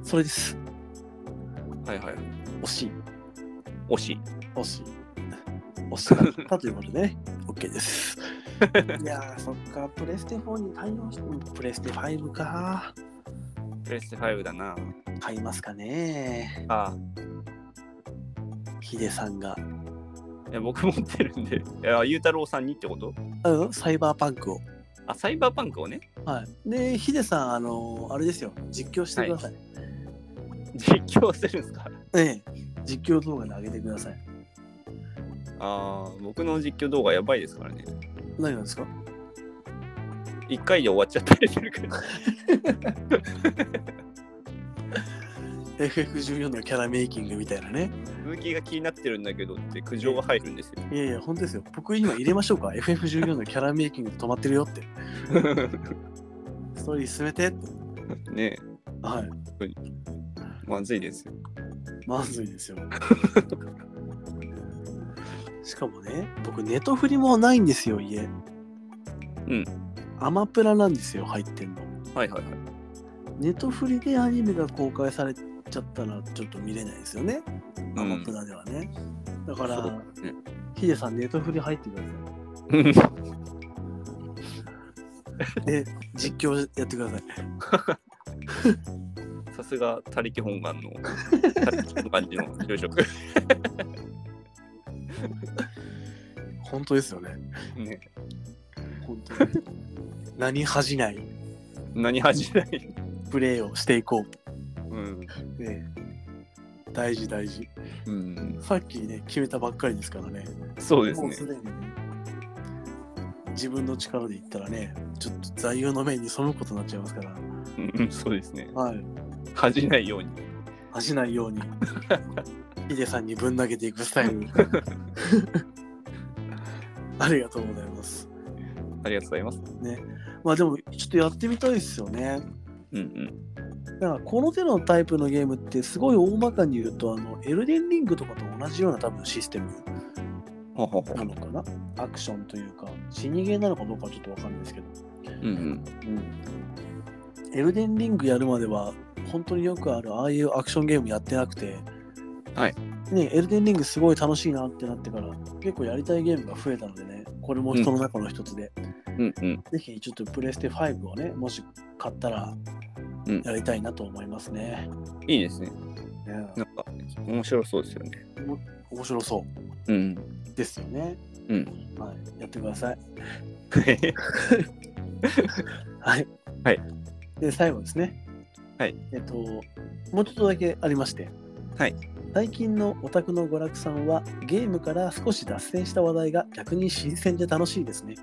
S1: それです。
S2: はいはい。
S1: 惜しい。
S2: 惜しい。
S1: 惜しい。惜しかったということでね、OK です。いやー、そっか、プレステ4に対応しても、プレステ5か。
S2: プレステ5だな。
S1: 買いますかね。
S2: あ
S1: ヒデさんが。
S2: いや僕持ってるんで。いやゆうたろうさんにってこと
S1: うん、サイバーパンクを。
S2: あ、サイバーパンクをね、
S1: はい。で、ヒデさん、あのーあれですよ、実況してください。
S2: 実況するんですか
S1: ええ、実況動画で上げてください。
S2: ああ、僕の実況動画やばいですからね。
S1: 何がですか
S2: 一回で終わっちゃったりする から。
S1: ?FF14 のキャラメイキングみたいなね。
S2: 続きが気になってるんだけどって苦情が入るんですよ。
S1: いやいや、本当ですよ。僕今入れましょうか。FF14 のキャラメイキング止まってるよって。 ストーリー進めてって。
S2: ね
S1: はい。
S2: え、まずいですよ。。
S1: まずいですよ。 しかもね、僕、ネトフリもないんですよ、家。うんアマプラなんですよ、入ってんの。
S2: はいはいはい。
S1: ネトフリでアニメが公開されちゃったら、ちょっと見れないですよね。
S2: ん
S1: アマプラではね。だか
S2: そ
S1: ら、
S2: うね
S1: ヒデさん、ネトフリ入ってくださ い。で、実況やってください。
S2: さすが、他力本 願の、他力本願寺の住職。
S1: 本当ですよね。
S2: ね
S1: 本当に。 何恥じない
S2: 何恥じない。
S1: プレーをしていこ
S2: うん。
S1: う。ね、大事、大事。
S2: うん。
S1: さっきね、決めたばっかりですからね。
S2: そうです
S1: もう
S2: ね
S1: す。でにね、自分の力で言ったらね、ちょっと座右の銘に背くことになっちゃいますから、
S2: うん、そうですね。
S1: はい、
S2: 恥じないように。
S1: 恥じないように、ヒデさんにぶん投げていくスタイル。ありがとうございます。
S2: ありがとうございます。
S1: まあでも、ちょっとやってみたいですよね。
S2: うん
S1: なんかこの手のタイプのゲームって、すごい大まかに言うと、あの、エルデンリングとかと同じような多分システム
S2: うん。ははは
S1: なのかなアクションというか、死にゲーなのかどうかはちょっとわかんないですけど。
S2: うんうん。
S1: エルデンリングやるまでは本当によくあるああいうアクションゲームやってなくて、
S2: はい
S1: ね、エルデンリングすごい楽しいなってなってから結構やりたいゲームが増えたのでねこれも人の中の一つで、
S2: うんうん。
S1: ぜひちょっとプレステ5をねもし買ったら
S2: うん
S1: やりたいなと思いますね、
S2: いいですね。
S1: ね
S2: なんか、面白そうですよね。
S1: 面白そ
S2: うん。
S1: うですよね、
S2: うん。
S1: はい、やってくださいはい、
S2: はい、
S1: で最後ですね
S2: はい
S1: えっともうちょっとだけありまして
S2: はい
S1: 最近のオタクの娯楽さんはゲームから少し脱線した話題が逆に新鮮で楽しいですね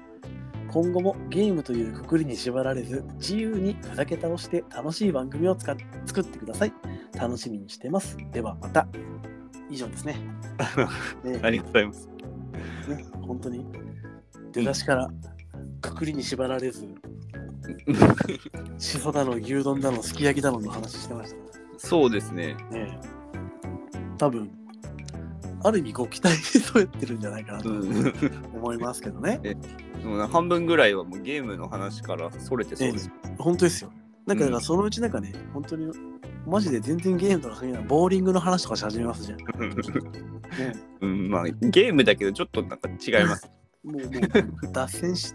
S1: 今後もゲームというくくりに縛られず自由にふざけ倒して楽しい番組を使っ作ってください楽しみにしてますではまた以上ですね ね
S2: ありがとうございます。
S1: ね本当に出だしからくくりに縛られずしそだの牛丼だのすき焼きだのの話してましたか
S2: そうですね。
S1: らね多分ある意味ご期待に添えてるんじゃないかなと
S2: うん。
S1: 思いますけどね
S2: そうね半分ぐらいはもうゲームの話からそれてそうです。
S1: 本当ですよなんか
S2: うん
S1: だからそのうちなんかね本当にマジで全然ゲームとか関係ないボーリングの話とかし始めますじゃん、ね、
S2: うん、まあゲームだけどちょっとなんか違います。
S1: もうもう脱線し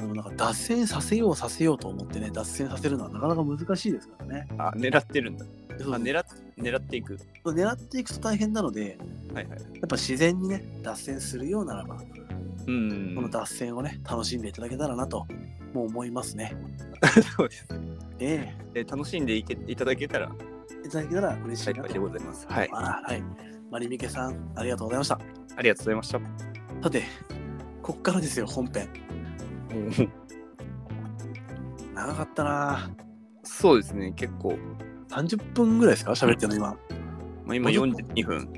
S1: あのなんか脱線させようさせようと思ってね脱線させるのはなかなか難しいですからね
S2: あ、狙ってるんだ。
S1: で
S2: あ、
S1: そう
S2: 狙っ狙っていく。
S1: 狙っていくと大変なので
S2: はいはい。
S1: やっぱ自然にね脱線するようならば
S2: う
S1: この
S2: ん。
S1: 脱線をね楽しんでいただけたらなともう思いますね。
S2: そうです。
S1: え
S2: え楽しんでいけいただけたら
S1: えいただけたら嬉しい
S2: 幸
S1: ないと
S2: で
S1: 思
S2: ご
S1: い
S2: ざいます。はい。
S1: ます。あらはい。マリミケさんありがとうございました。
S2: ありがとうございました。
S1: さてこっからですよ本編。長かったな
S2: そうですね。結構、
S1: 30分ぐらいですか喋ってるの今。
S2: まあ、今42分。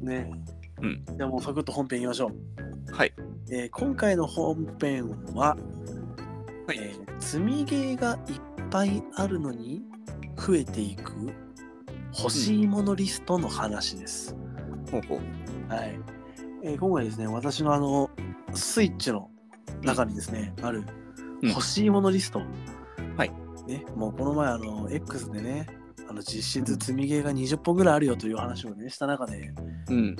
S1: ね
S2: うん
S1: じゃあもうサクッと本編いきましょう。
S2: はい。
S1: えー今回の本編は、
S2: はい
S1: えー積みゲーが一ぱいあるのに増えていく欲しいものリストの話です。
S2: ほうほう。
S1: はい。えー今回ですね、私のあの、スイッチの中にですね、ある
S2: うん
S1: 欲しいものリスト。
S2: はい。
S1: ね、もうこの前あの、X でね、あの実質積みゲーが20本ぐらいあるよという話をね、した中で、
S2: うん。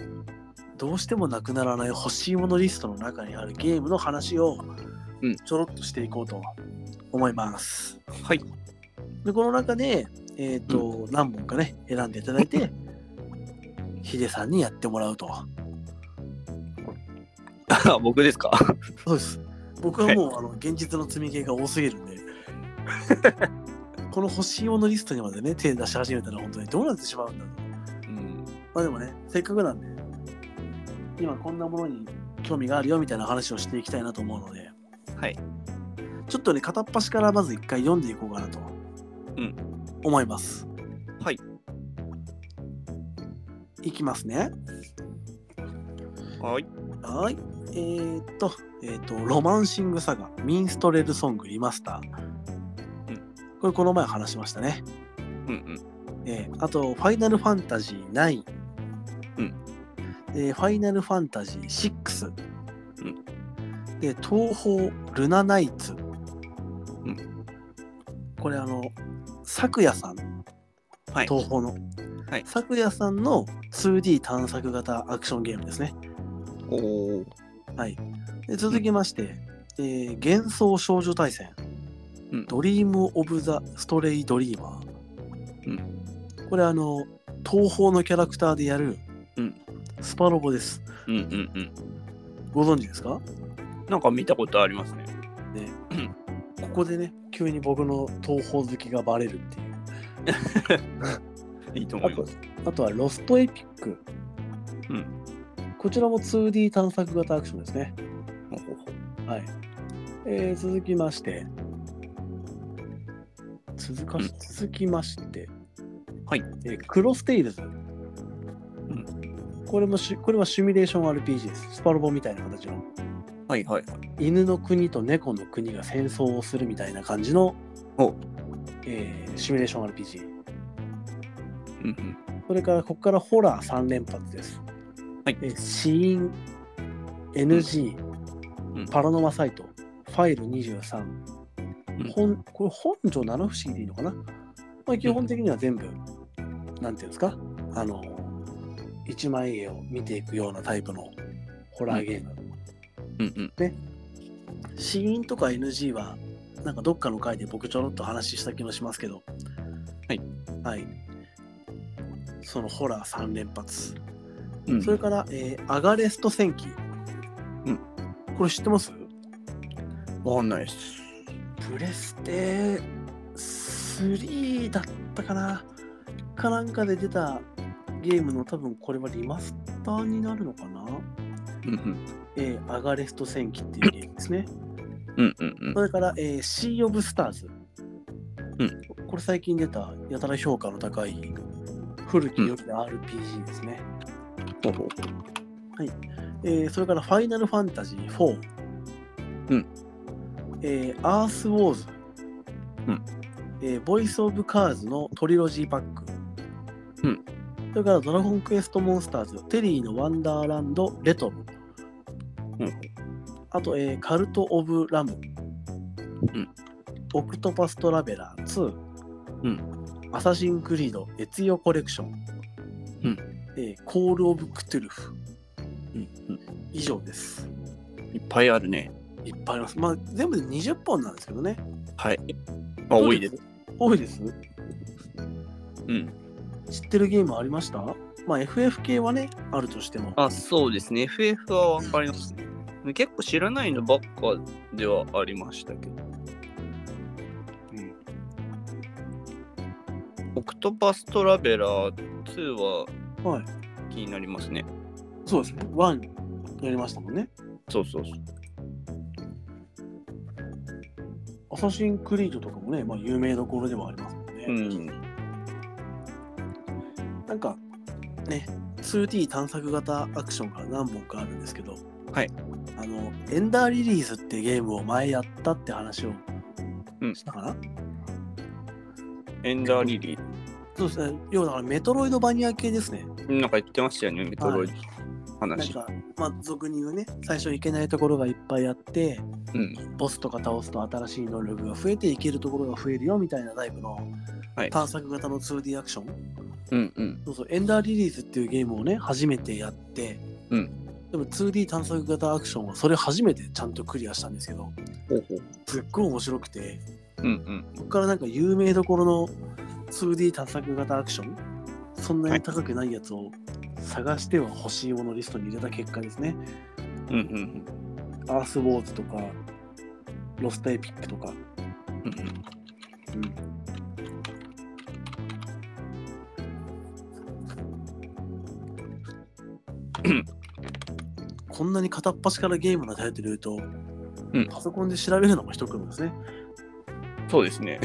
S1: どうしてもなくならない欲しいものリストの中にあるゲームの話を
S2: うん
S1: ちょろっとしていこうと思います。
S2: はい。
S1: でこの中で、えーと何本かね選んでいただいてヒデさんにやってもらうと。
S2: あ 僕ですか
S1: そうです僕はもう、あの現実の積みゲーが多すぎる んでこの欲しいものリストにまでね手出し始めたら本当にどうなってしまうんだろう。
S2: うん。
S1: まあでもね、せっかくなんで、今こんなものに興味があるよみたいな話をしていきたいなと思うので、
S2: はい。
S1: ちょっとね、片っ端からまず一回読んでいこうかなと、
S2: うん
S1: 思います。
S2: はい。
S1: いきますね。
S2: はい。
S1: はい。えー、っと、えーっと、ロマンシングサガ、ミンストレルソングリマスター。
S2: うん
S1: これ、この前話しましたね。
S2: うん
S1: えーあと、ファイナルファンタジー9。
S2: うん
S1: で、ファイナルファンタジー6。
S2: う
S1: で、東宝ルナナイツ。
S2: うん
S1: これ、あの、咲夜さん。
S2: はい
S1: 東宝の。
S2: はい
S1: 咲夜さんの 2D 探索型アクションゲームですね。
S2: うん。おお。
S1: はい。で続きまして、えー幻想少女大戦、
S2: うん
S1: ドリーム・オブ・ザ・ストレイ・ドリーマー。
S2: う
S1: これ、あの、東宝のキャラクターでやる、
S2: うん
S1: スパロボです。
S2: うんうんうん。
S1: ご存知ですか
S2: なんか見たことありますね。
S1: ここでね、急に僕の東宝好きがバレるっていう。
S2: いいと思
S1: あ
S2: いま
S1: と
S2: す。、
S1: あとはロストエピック。
S2: うん
S1: こちらも 2D 探索型アクションですね。
S2: ほうほうほう
S1: はい。えー続きまして。続かし、続きまして。
S2: はい。
S1: えークロステイルズ。これもし、これはシミュレーション RPG です。スパロボみたいな形の。
S2: はいはいはい。
S1: 犬の国と猫の国が戦争をするみたいな感じの、
S2: お
S1: えーシミュレーション RPG。
S2: うん
S1: それから、ここからホラー3連発です。
S2: はい
S1: えー死因、NG、
S2: うん
S1: パラノマサイト、ファイル23、
S2: うん
S1: 本これ本所七不思議でいいのかな、まあ、基本的には全部、なんていうんですかあの一枚絵を見ていくようなタイプのホラーゲーム、
S2: うん。うん
S1: 死因とか NG はなんかどっかの回で僕ちょろっと話した気もしますけど
S2: はい、
S1: はい、そのホラー3連発、
S2: うん。
S1: それから、えーアガレスト戦記、
S2: うん
S1: これ知ってます
S2: わかんないです。
S1: プレステ3だったかなかなんかで出たゲームの多分これはリマスターになるのかな
S2: うんうん。
S1: えーアガレスト戦記っていうゲームですね。
S2: うんうんうん
S1: そ。れから、えーシー・オブ・スターズ。
S2: うん
S1: これ最近出たやたら評価の高い古き良き RPG ですね。
S2: ほうほう
S1: えーそれからファイナルファンタジー4。
S2: うん。
S1: えーアースウォーズ。
S2: うん。
S1: えーボイスオブカーズのトリロジーパック。
S2: うん。
S1: それからドラゴンクエストモンスターズ、テリーのワンダーランド、レトロ。
S2: うん。
S1: あと、えーカルト・オブ・ラム。
S2: うん。
S1: オクトパストラベラー2。
S2: うん。
S1: アサシン・クリード、エツヨコレクション。
S2: うん。
S1: えーコール・オブ・クトゥルフ。
S2: うん
S1: 以上です。
S2: うん。いっぱいあるね。
S1: いっぱいあります。まあ、全部で20本なんですけどね。
S2: はい。あ、多いです。。
S1: 多いです。
S2: うん。
S1: 知ってるゲームありましたまあ、FF 系はね、あるとしても。
S2: あ、そうですね。FF はわかりますね。結構知らないのばっかではありましたけど。うん。オクトパストラベラー2は
S1: はい。
S2: 気になりますね。
S1: そうですね。1やりましたもんね。
S2: そうそうそう。
S1: アサシン・クリードとかもね、まあ、有名どころではありますもんね。
S2: うん。
S1: なんかね 2D 探索型アクションが何本かあるんですけど、
S2: はい、
S1: あのエンダーリリースってゲームを前やったって話を
S2: うん
S1: したかな、
S2: エンダーリリー。
S1: そうですね。要は、メトロイドバニア系ですね。
S2: なんか言ってましたよね、メトロイド
S1: なん
S2: 話。
S1: か、まあ、俗に言うね、最初行けないところがいっぱいあって、
S2: うん。
S1: ボスとか倒すと新しい能力が増えていけるところが増えるよみたいなタイプの
S2: はい
S1: 探索型の 2D アクション、
S2: うんうん。
S1: そうそうエンダーリリーズっていうゲームをね初めてやって、
S2: う
S1: でも 2D 探索型アクションはそれ初めてちゃんとクリアしたんですけど
S2: ほうほう。
S1: すっごい面白くて
S2: うんうん。
S1: ここからなんか有名どころの 2D 探索型アクションそんなに高くないやつを探しては欲しいものリストに入れた結果ですね、
S2: うんうん
S1: アースウォーズとかロストエピックとか
S2: うんうんうん。
S1: こんなに片っ端からゲームが耐えてると、
S2: うん
S1: パソコンで調べるのも一苦労ですね。
S2: そうですね。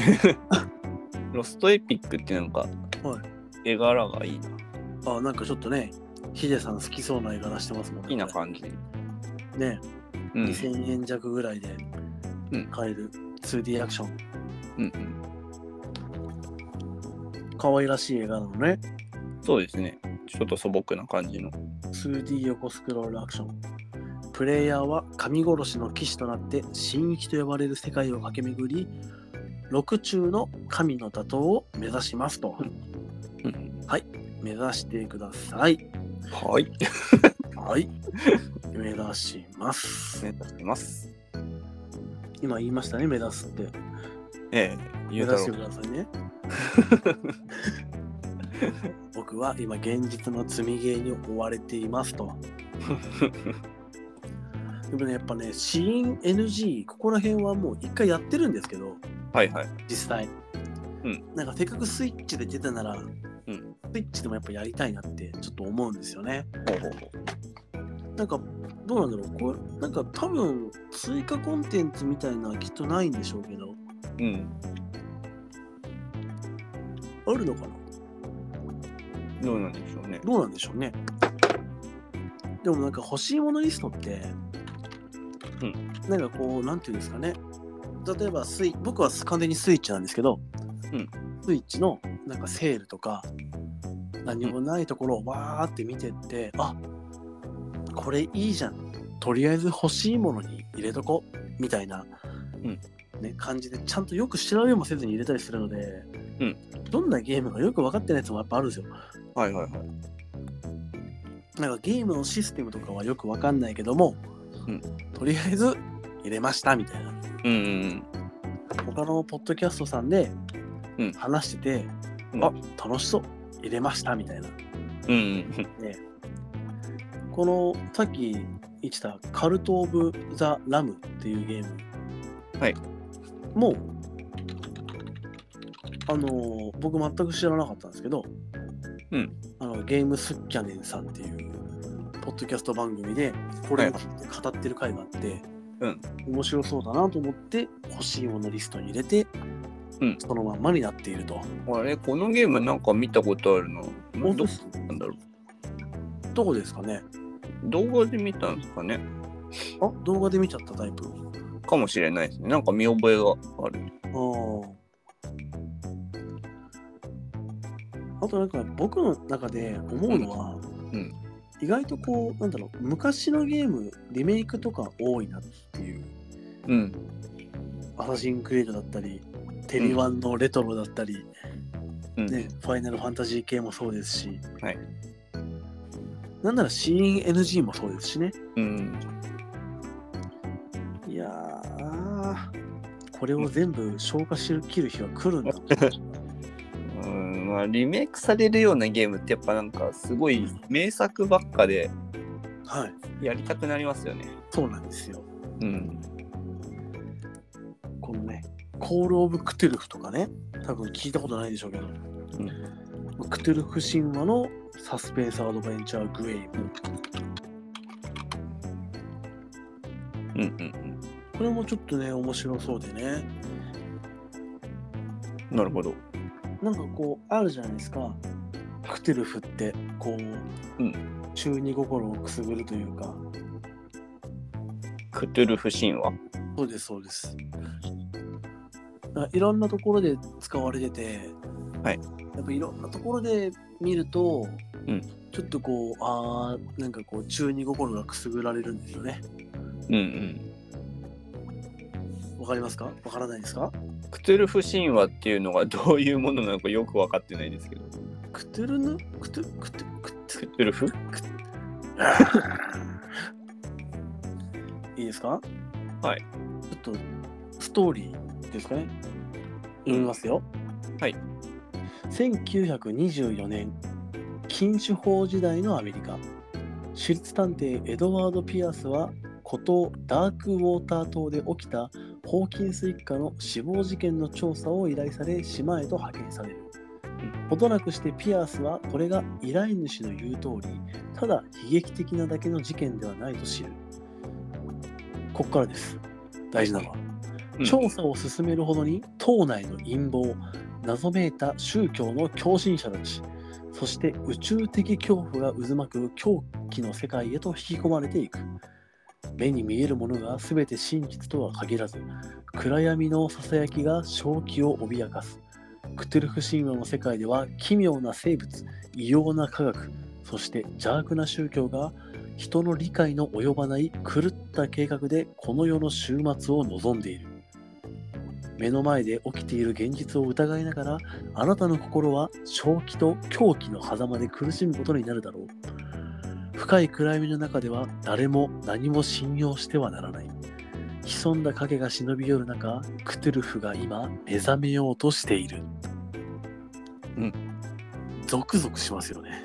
S2: ロストエピックってなんか、
S1: は
S2: 絵柄がいいな。
S1: あなんかちょっとね、ヒデさん好きそうな絵柄してますもんね。
S2: いいな感じ。
S1: ね、
S2: うん。
S1: 2000円弱ぐらいで
S2: うん
S1: 買える 2D アクション。
S2: うんうん。
S1: 可愛らしい絵柄のね、
S2: そうですね。ちょっと素朴な感じの。
S1: 2D 横スクロールアクション。プレイヤーは神殺しの騎士となって神域と呼ばれる世界を駆け巡り、六中の神の打倒を目指しますと。
S2: うん
S1: 目指してください。
S2: はい。
S1: はい。目指します。
S2: 目指してます。
S1: 今言いましたね、目指すって。
S2: ええ、
S1: 目
S2: ゆう
S1: 指
S2: たろ
S1: して
S2: う
S1: くださいね。 僕は今現実の積みゲーに追われています と。でもね、やっぱね、死因 NG、ここら辺はもう一回やってるんですけど、
S2: はいはい。
S1: 実際。
S2: うん
S1: なんかせっかくスイッチで出たなら、
S2: ん
S1: スイッチでもやっぱやりたいなってちょっと思うんですよね。
S2: ほうほうほ
S1: なんかどうなんだろうこれなんか多分追加コンテンツみたいなのはきっとないんでしょうけど
S2: う。うん。
S1: あるのかな
S2: どうなんでしょうね。
S1: どうなんでしょうねでもなんか欲しいものリストって、
S2: うん
S1: なんかこうなんていうんですかね例えばスイ僕は完全にスイッチなんですけど、
S2: うん
S1: スイッチのなんかセールとか何もないところをわーって見てって、あこれいいじゃんとりあえず欲しいものに入れとこみたいな、
S2: うん
S1: ね、感じでちゃんとよく調べもせずに入れたりするので、
S2: うん
S1: どんなゲームかよく分かってないやつもやっぱあるんですよ
S2: はいはいはい。
S1: なんかゲームのシステムとかはよくわかんないけども、
S2: うん
S1: とりあえず入れましたみたいな。
S2: うんうん
S1: 他のポッドキャストさんで
S2: うん
S1: 話してて、
S2: うん
S1: あ楽しそう入れましたみたいな。
S2: うん。うんうん。
S1: このさっき言ってた「カルト・オブ・ザ・ラム」っていうゲーム、
S2: はい、
S1: もうあのー僕全く知らなかったんですけど、
S2: うん
S1: あのゲームスッキャネンさんっていうポッドキャスト番組でこれを語ってる回があって、
S2: うん
S1: 面白そうだなと思って欲しいものリストに入れて、
S2: うん
S1: そのまんまになっていると。
S2: あれ、このゲームなんか見たことあるな。
S1: 本当
S2: ど
S1: っ
S2: う
S1: す
S2: なんだろう。
S1: どこですかね
S2: 動画で見たんですかね。
S1: あ動画で見ちゃったタイプ。
S2: かもしれないですね。なんか見覚えがある。
S1: ああとなんか僕の中で思うのは、
S2: うん
S1: 意外とこうなんだろう昔のゲームリメイクとか多いなっていう
S2: うん。
S1: 「アサシン・クリード」だったり「テリワン」のレトロだったり、
S2: うん。
S1: ね「ファイナルファンタジー」系もそうですし、
S2: はい
S1: なんなら「シーン NG」もそうですしね
S2: うん。
S1: いやーこれを全部消化しきる日は来るんだ、
S2: うんまあ、リメイクされるようなゲームってやっぱなんかすごい名作ばっかで
S1: はい
S2: やりたくなりますよね。
S1: そうなんですよ
S2: うん。
S1: このね、コール・オブ・クトゥルフとかね、多分聞いたことないでしょうけど、クトゥルフ神話のサスペンス・アドベンチャー・グエイム。
S2: うんうん
S1: これもちょっとね、面白そうでね、
S2: うん。なるほど。
S1: なんかこう、あるじゃないですか、クトゥルフって、こう、
S2: うん
S1: 中二心をくすぐるというか、
S2: クトゥルフ神話。
S1: そうです、そうです。だだからいろんなところで使われてて、
S2: はい、
S1: やっぱいろんなところで見ると、
S2: うん
S1: ちょっとこうあーなんかこう中二心がくすぐられるんですよね
S2: うんうん。
S1: わかりますかわからないですか
S2: クトゥルフ神話っていうのがどういうものなのかよく分かってないですけど。
S1: クトゥルヌクトゥクトゥクト
S2: クトゥルフ
S1: ゥいいですか
S2: はい
S1: ちょっとストーリーですかね読みますよ
S2: はい
S1: 1924年禁酒法時代のアメリカ私立探偵エドワード・ピアスは孤島ダークウォーター島で起きたホーキンス一家の死亡事件の調査を依頼され島へと派遣されるほどなくしてピアスはこれが依頼主の言う通りただ悲劇的なだけの事件ではないと知るここからです大事なのは
S2: うん
S1: 調査を進めるほどに党内の陰謀謎めいた宗教の狂信者たちそして宇宙的恐怖が渦巻く狂気の世界へと引き込まれていく目に見えるものが全て真実とは限らず暗闇のささやきが正気を脅かすクトゥルフ神話の世界では奇妙な生物異様な科学そして邪悪な宗教が人の理解の及ばない狂った計画でこの世の終末を望んでいる目の前で起きている現実を疑いながらあなたの心は正気と狂気の狭間で苦しむことになるだろう深い暗闇の中では誰も何も信用してはならない潜んだ影が忍び寄る中クトゥルフが今目覚めようとしている
S2: うん
S1: ゾクゾクしますよね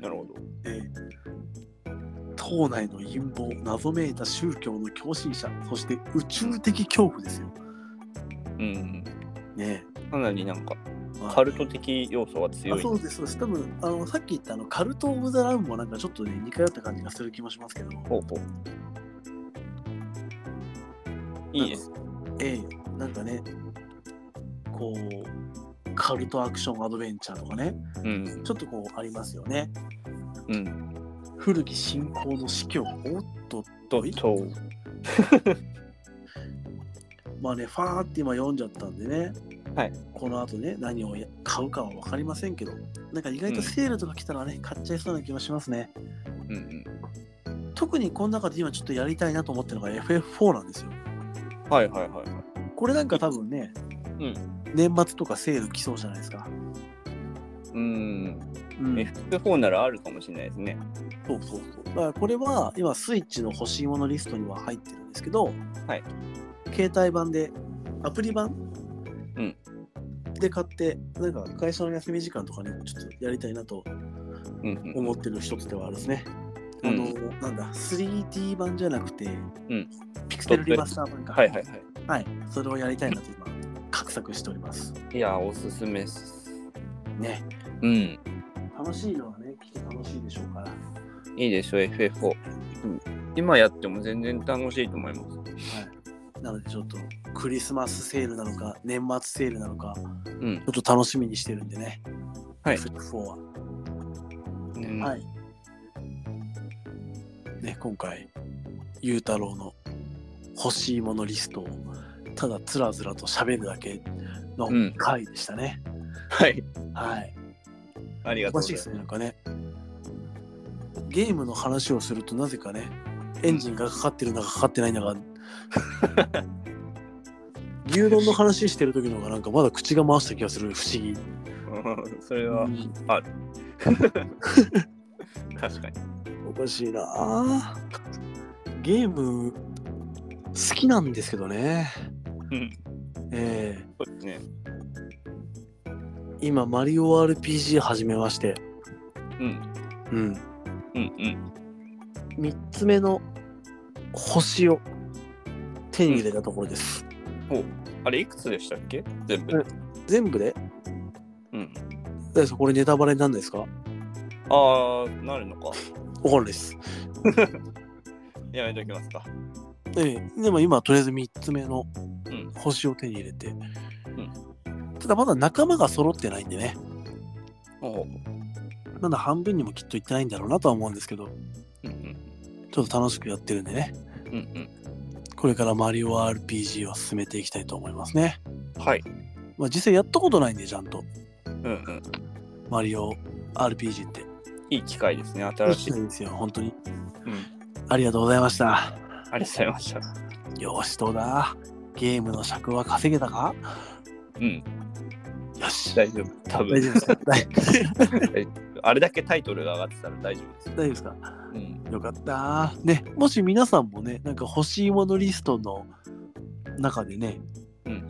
S2: なるほど。
S1: えー党内の陰謀、謎めいた宗教の狂信者、そして宇宙的恐怖ですよ。
S2: うん
S1: ね
S2: うん。かなりなんか
S1: えまあ
S2: カルト的要素が強
S1: あ
S2: い。
S1: そうです、そうです。多分あのさっき言ったあのカルト・オブ・ザ・ランもなんかちょっとね、似通った感じがする気もしますけど、
S2: ほうほう。いいです。
S1: ええなんかね、こう、カルト・アクション・アドベンチャーとかね、
S2: うん。
S1: ちょっとこうありますよね。
S2: うん。
S1: 古き信仰の死去、おっと、
S2: と、と、
S1: まあね、ファーって今読んじゃったんでね、
S2: はい
S1: この後ね、何をや買うかは分かりませんけど、なんか意外とセールとか来たらね、買っちゃいそうな気はしますね。
S2: うんうん。
S1: 特にこの中で今ちょっとやりたいなと思ってるのが FF4 なんですよ。
S2: はいはいはいはい。
S1: これなんか多分ね、
S2: うん
S1: 年末とかセール来そうじゃないですか。
S2: うん。
S1: うん、
S2: F4 ならあるかもしれないですね。
S1: そうそうそう。だからこれは今スイッチの欲しいものリストには入ってるんですけど、
S2: はい
S1: 携帯版でアプリ版、
S2: うん
S1: で買ってなんか会社の休み時間とかにちょっとやりたいなと
S2: うんうん。
S1: 思ってる一つではあるんですね。
S2: うん
S1: あのなんだ 3D 版じゃなくて、
S2: ん
S1: ピクセルリバースター版か、
S2: はいはいは
S1: はいそれをやりたいなと今画策しております。
S2: い。いや、おすすめっす。
S1: ね
S2: うん。
S1: 楽しいのはねきっと楽しいでしょうから。
S2: いいでしょ、FF4。うん、今やっても全然楽しいと思います。
S1: なのでちょっとクリスマスセールなのか年末セールなのか
S2: うん。
S1: ちょっと楽しみにしてるんでね。
S2: はい
S1: F4 は。
S2: うん
S1: はい。ね、今回、ゆうたろうの欲しいものリストを、ただつらつらと喋るだけの
S2: うん
S1: 回でしたね。
S2: はい。
S1: はい。
S2: ありがとう
S1: 詳
S2: ご
S1: しい
S2: ざ
S1: です。
S2: います
S1: ね、なんかね。ゲームの話をするとなぜかね、エンジンがかかってるのかかかってないの か、牛丼の話してる時の方がなんかまだ口が回した気がする不思議。
S2: うんそれは
S1: うん
S2: 確かに。
S1: おかしいなあゲーム好きなんですけどね
S2: うん。
S1: え
S2: そうですね。
S1: え今マリオ RPG 始めまして
S2: うん。
S1: うん
S2: うんうん。
S1: 3つ目の星を手に入れたところです、
S2: あれ、いくつでしたっけ全部で。
S1: 全部で
S2: うん。
S1: 大丈夫ですこれネタバレになんないですかわか
S2: ああ、なるのか。
S1: んないです
S2: やめときますか。
S1: ええでも今とりあえず3つ目の
S2: うん
S1: 星を手に入れて、ただまだ仲間が揃ってないんでね
S2: おう
S1: まだ半分にもきっといってないんだろうなとは思うんですけど
S2: うん
S1: ちょっと楽しくやってるんでね
S2: うんうん
S1: これからマリオ RPG を進めていきたいと思いますね。
S2: はい。
S1: まあ、実際やったことないんで、ちゃんと。
S2: うんうん。
S1: マリオ RPG って。
S2: いい機会ですね。
S1: い
S2: 新しい。
S1: いんですよ、本当に。
S2: うん。
S1: ありがとうございました。
S2: ありがとうございました。
S1: よし、どうだゲームの尺は稼げたか
S2: うん。
S1: よし。
S2: 大丈夫。多
S1: 大
S2: 分
S1: 丈夫ですか大
S2: あれだけタイトルが上がってたら大丈夫です。
S1: 大丈夫ですか
S2: うん。
S1: よかった。ね、もし皆さんもね、なんか欲しいものリストの中でね、
S2: うん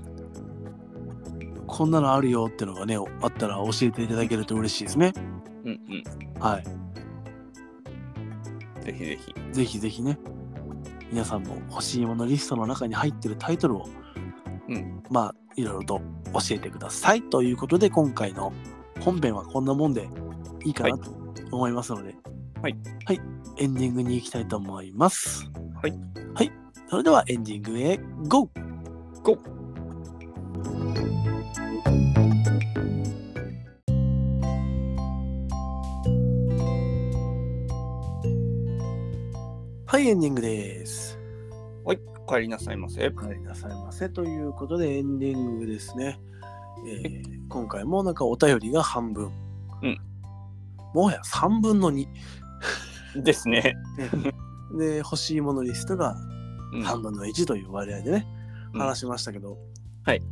S1: こんなのあるよってのがね、あったら教えていただけると嬉しいですね。
S2: うん
S1: はい。
S2: うん。ぜひぜひ。
S1: ぜひぜひね、皆さんも欲しいものリストの中に入ってるタイトルを、
S2: うん
S1: まあ、いろいろと教えてください。ということで、今回の本編はこんなもんでいいかな
S2: は
S1: と思いますので、
S2: はい。
S1: はい。エンディングに行きたいと思います。
S2: はい。
S1: はい。それではエンディングへ GO!
S2: GO!
S1: はい、エンディングです。
S2: お帰りなさいませ。
S1: お帰りなさいませ。ということで、エンディングですね。えー今回もなんかお便りが半分。
S2: うん。
S1: もはや3分の2。
S2: ですね。
S1: で、欲しいものリストが
S2: うん
S1: 半分の1という割合でね、
S2: うん
S1: 話しましたけど、
S2: はい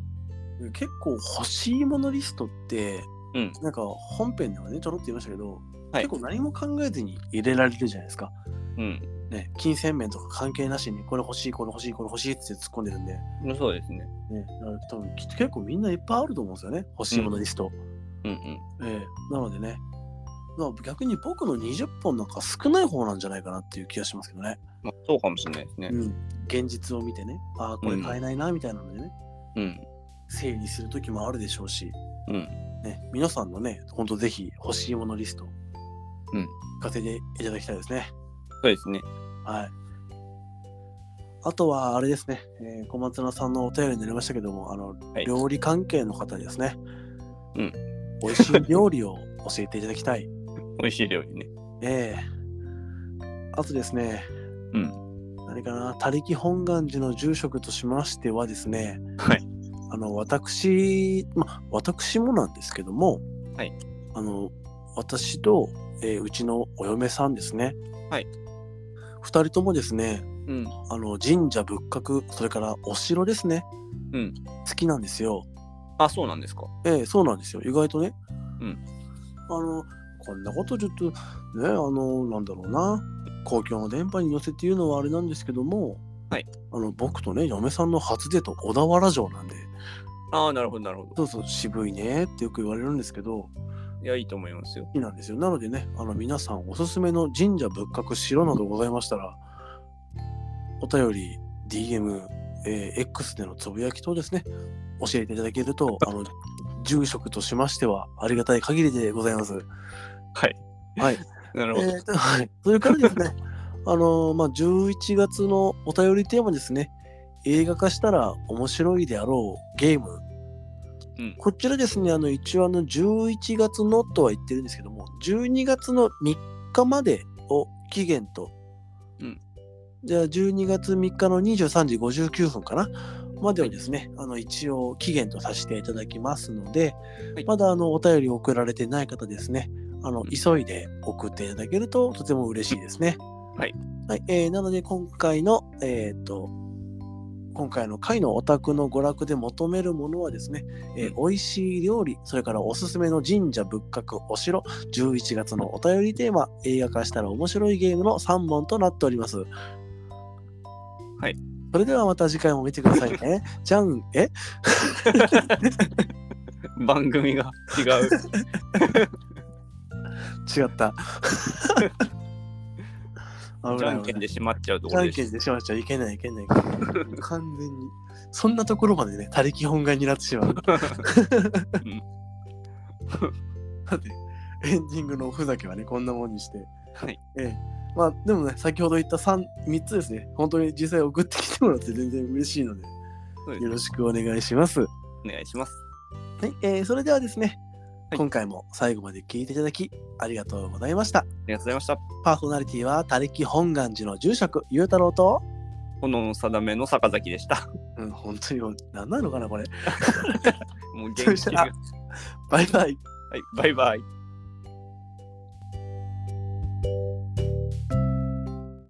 S1: 結構欲しいものリストって、
S2: うん
S1: なんか本編ではねちょろっと言いましたけど、
S2: はい
S1: 結構何も考えずに入れられるじゃないですか、
S2: うん。
S1: ね、金銭面とか関係なしにこれ欲しいこれ欲しいこれ欲しいって突っ込んでるんで、ね、
S2: そうですね。
S1: だから多分きっと結構みんないっぱいあると思うんですよね欲しいものリスト、
S2: うんうん。
S1: ええなのでねまあ逆に僕の20本なんか少ない方なんじゃないかなっていう気がしますけどね、
S2: まあ、そうかもしれないですね
S1: う。ん、現実を見てねああこれ買えないなみたいなのでね、
S2: うん。
S1: 整理する時もあるでしょうし、
S2: うん
S1: ね、皆さんのね、ほんとぜひ欲しいものリスト、
S2: うん、
S1: かせていただきたいですね。
S2: そうですね。
S1: はい。あとは、あれですね、えー小松菜さんのお便りになりましたけども、あの、
S2: はい
S1: 料理関係の方ですね。
S2: うん。
S1: 美味しい料理を教えていただきたい。
S2: 美味しい料理ね。
S1: ええあとですね、
S2: うん。
S1: 何かな、他力本願寺の住職としましてはですね、
S2: はい。
S1: あの私、ま、私もなんですけども、
S2: はい
S1: あの私と、えーうちのお嫁さんですね、
S2: はい、
S1: 2人ともですね
S2: うん。
S1: あの神社仏閣それからお城ですね、
S2: うん
S1: 好きなんですよ。
S2: あ、そうなんですか。
S1: ええそうなんですよ意外とね。
S2: うん
S1: あのこんなことちょっとねあのなんだろうな公共の電波に乗せて言うのはあれなんですけども、
S2: はい、
S1: あの僕とね嫁さんの初デート小田原城なんで
S2: ああ、なるほど、なるほど。
S1: そうそう渋いねってよく言われるんですけど
S2: いや、いいと思いますよ。
S1: 好きなんですよなのでねあの皆さんおすすめの神社仏閣城などございましたらお便り DM、えー X でのつぶやき等ですね教えていただけるとあの 住職としましてはありがたい限りでございます。
S2: はい。
S1: はい。
S2: な
S1: え
S2: るほど。
S1: ーとはいそれからです ねあのーまあ11月のお便りテーマですね映画化したら面白いであろうゲーム
S2: うん。
S1: こちらですね、あの一応あの11月のとは言ってるんですけども、12月の3日までを期限と、
S2: うん
S1: じゃあ12月3日の23時59分かな、までをですね、あの一応期限とさせていただきますので、
S2: はい
S1: まだあのお便り送られてない方ですね、あの
S2: うん
S1: 急いで送っていただけるととても嬉しいですね。
S2: はい。。
S1: はいえーなので今回の、えーっと、今回の回のお宅の娯楽で求めるものはですね、えー美味しい料理、それからおすすめの神社仏閣、お城、11月のお便りテーマ、映画化したら面白いゲームの3本となっております。はいそれではまた次回も見てください ね。じゃん、え
S2: 番組が違 う。
S1: 違 った。危
S2: じ
S1: な
S2: ゃ
S1: い
S2: ん
S1: 危
S2: け
S1: ない
S2: んでしまっちゃうと
S1: じ
S2: こ
S1: ゃ
S2: ろ
S1: ん
S2: で
S1: け
S2: す。
S1: んでしまっちゃいけないいけない。完全に。そんなところまでね、他力本願になってしまう。 さて、エンディングのおふざけはね、こんなもんにして。
S2: はい。
S1: ええ。まあ、でもね、先ほど言った 3, 3つですね、本当に実際送ってきてもらって全然嬉しいので、
S2: そうです
S1: よろしくお願いします。は
S2: お願いします。
S1: い、えーそれではですね、
S2: はい
S1: 今回も最後まで聞いていただき、ありがとうございました。
S2: ありがとうございました。
S1: パーソナリティは、他力本願寺の住職、ゆうたろうと、
S2: 炎の定めの坂崎でした。
S1: うん、本当にもう何なのかなこれ。
S2: もう元気
S1: そし
S2: に
S1: たら
S2: はい、
S1: バイバイ。
S2: バイバイ。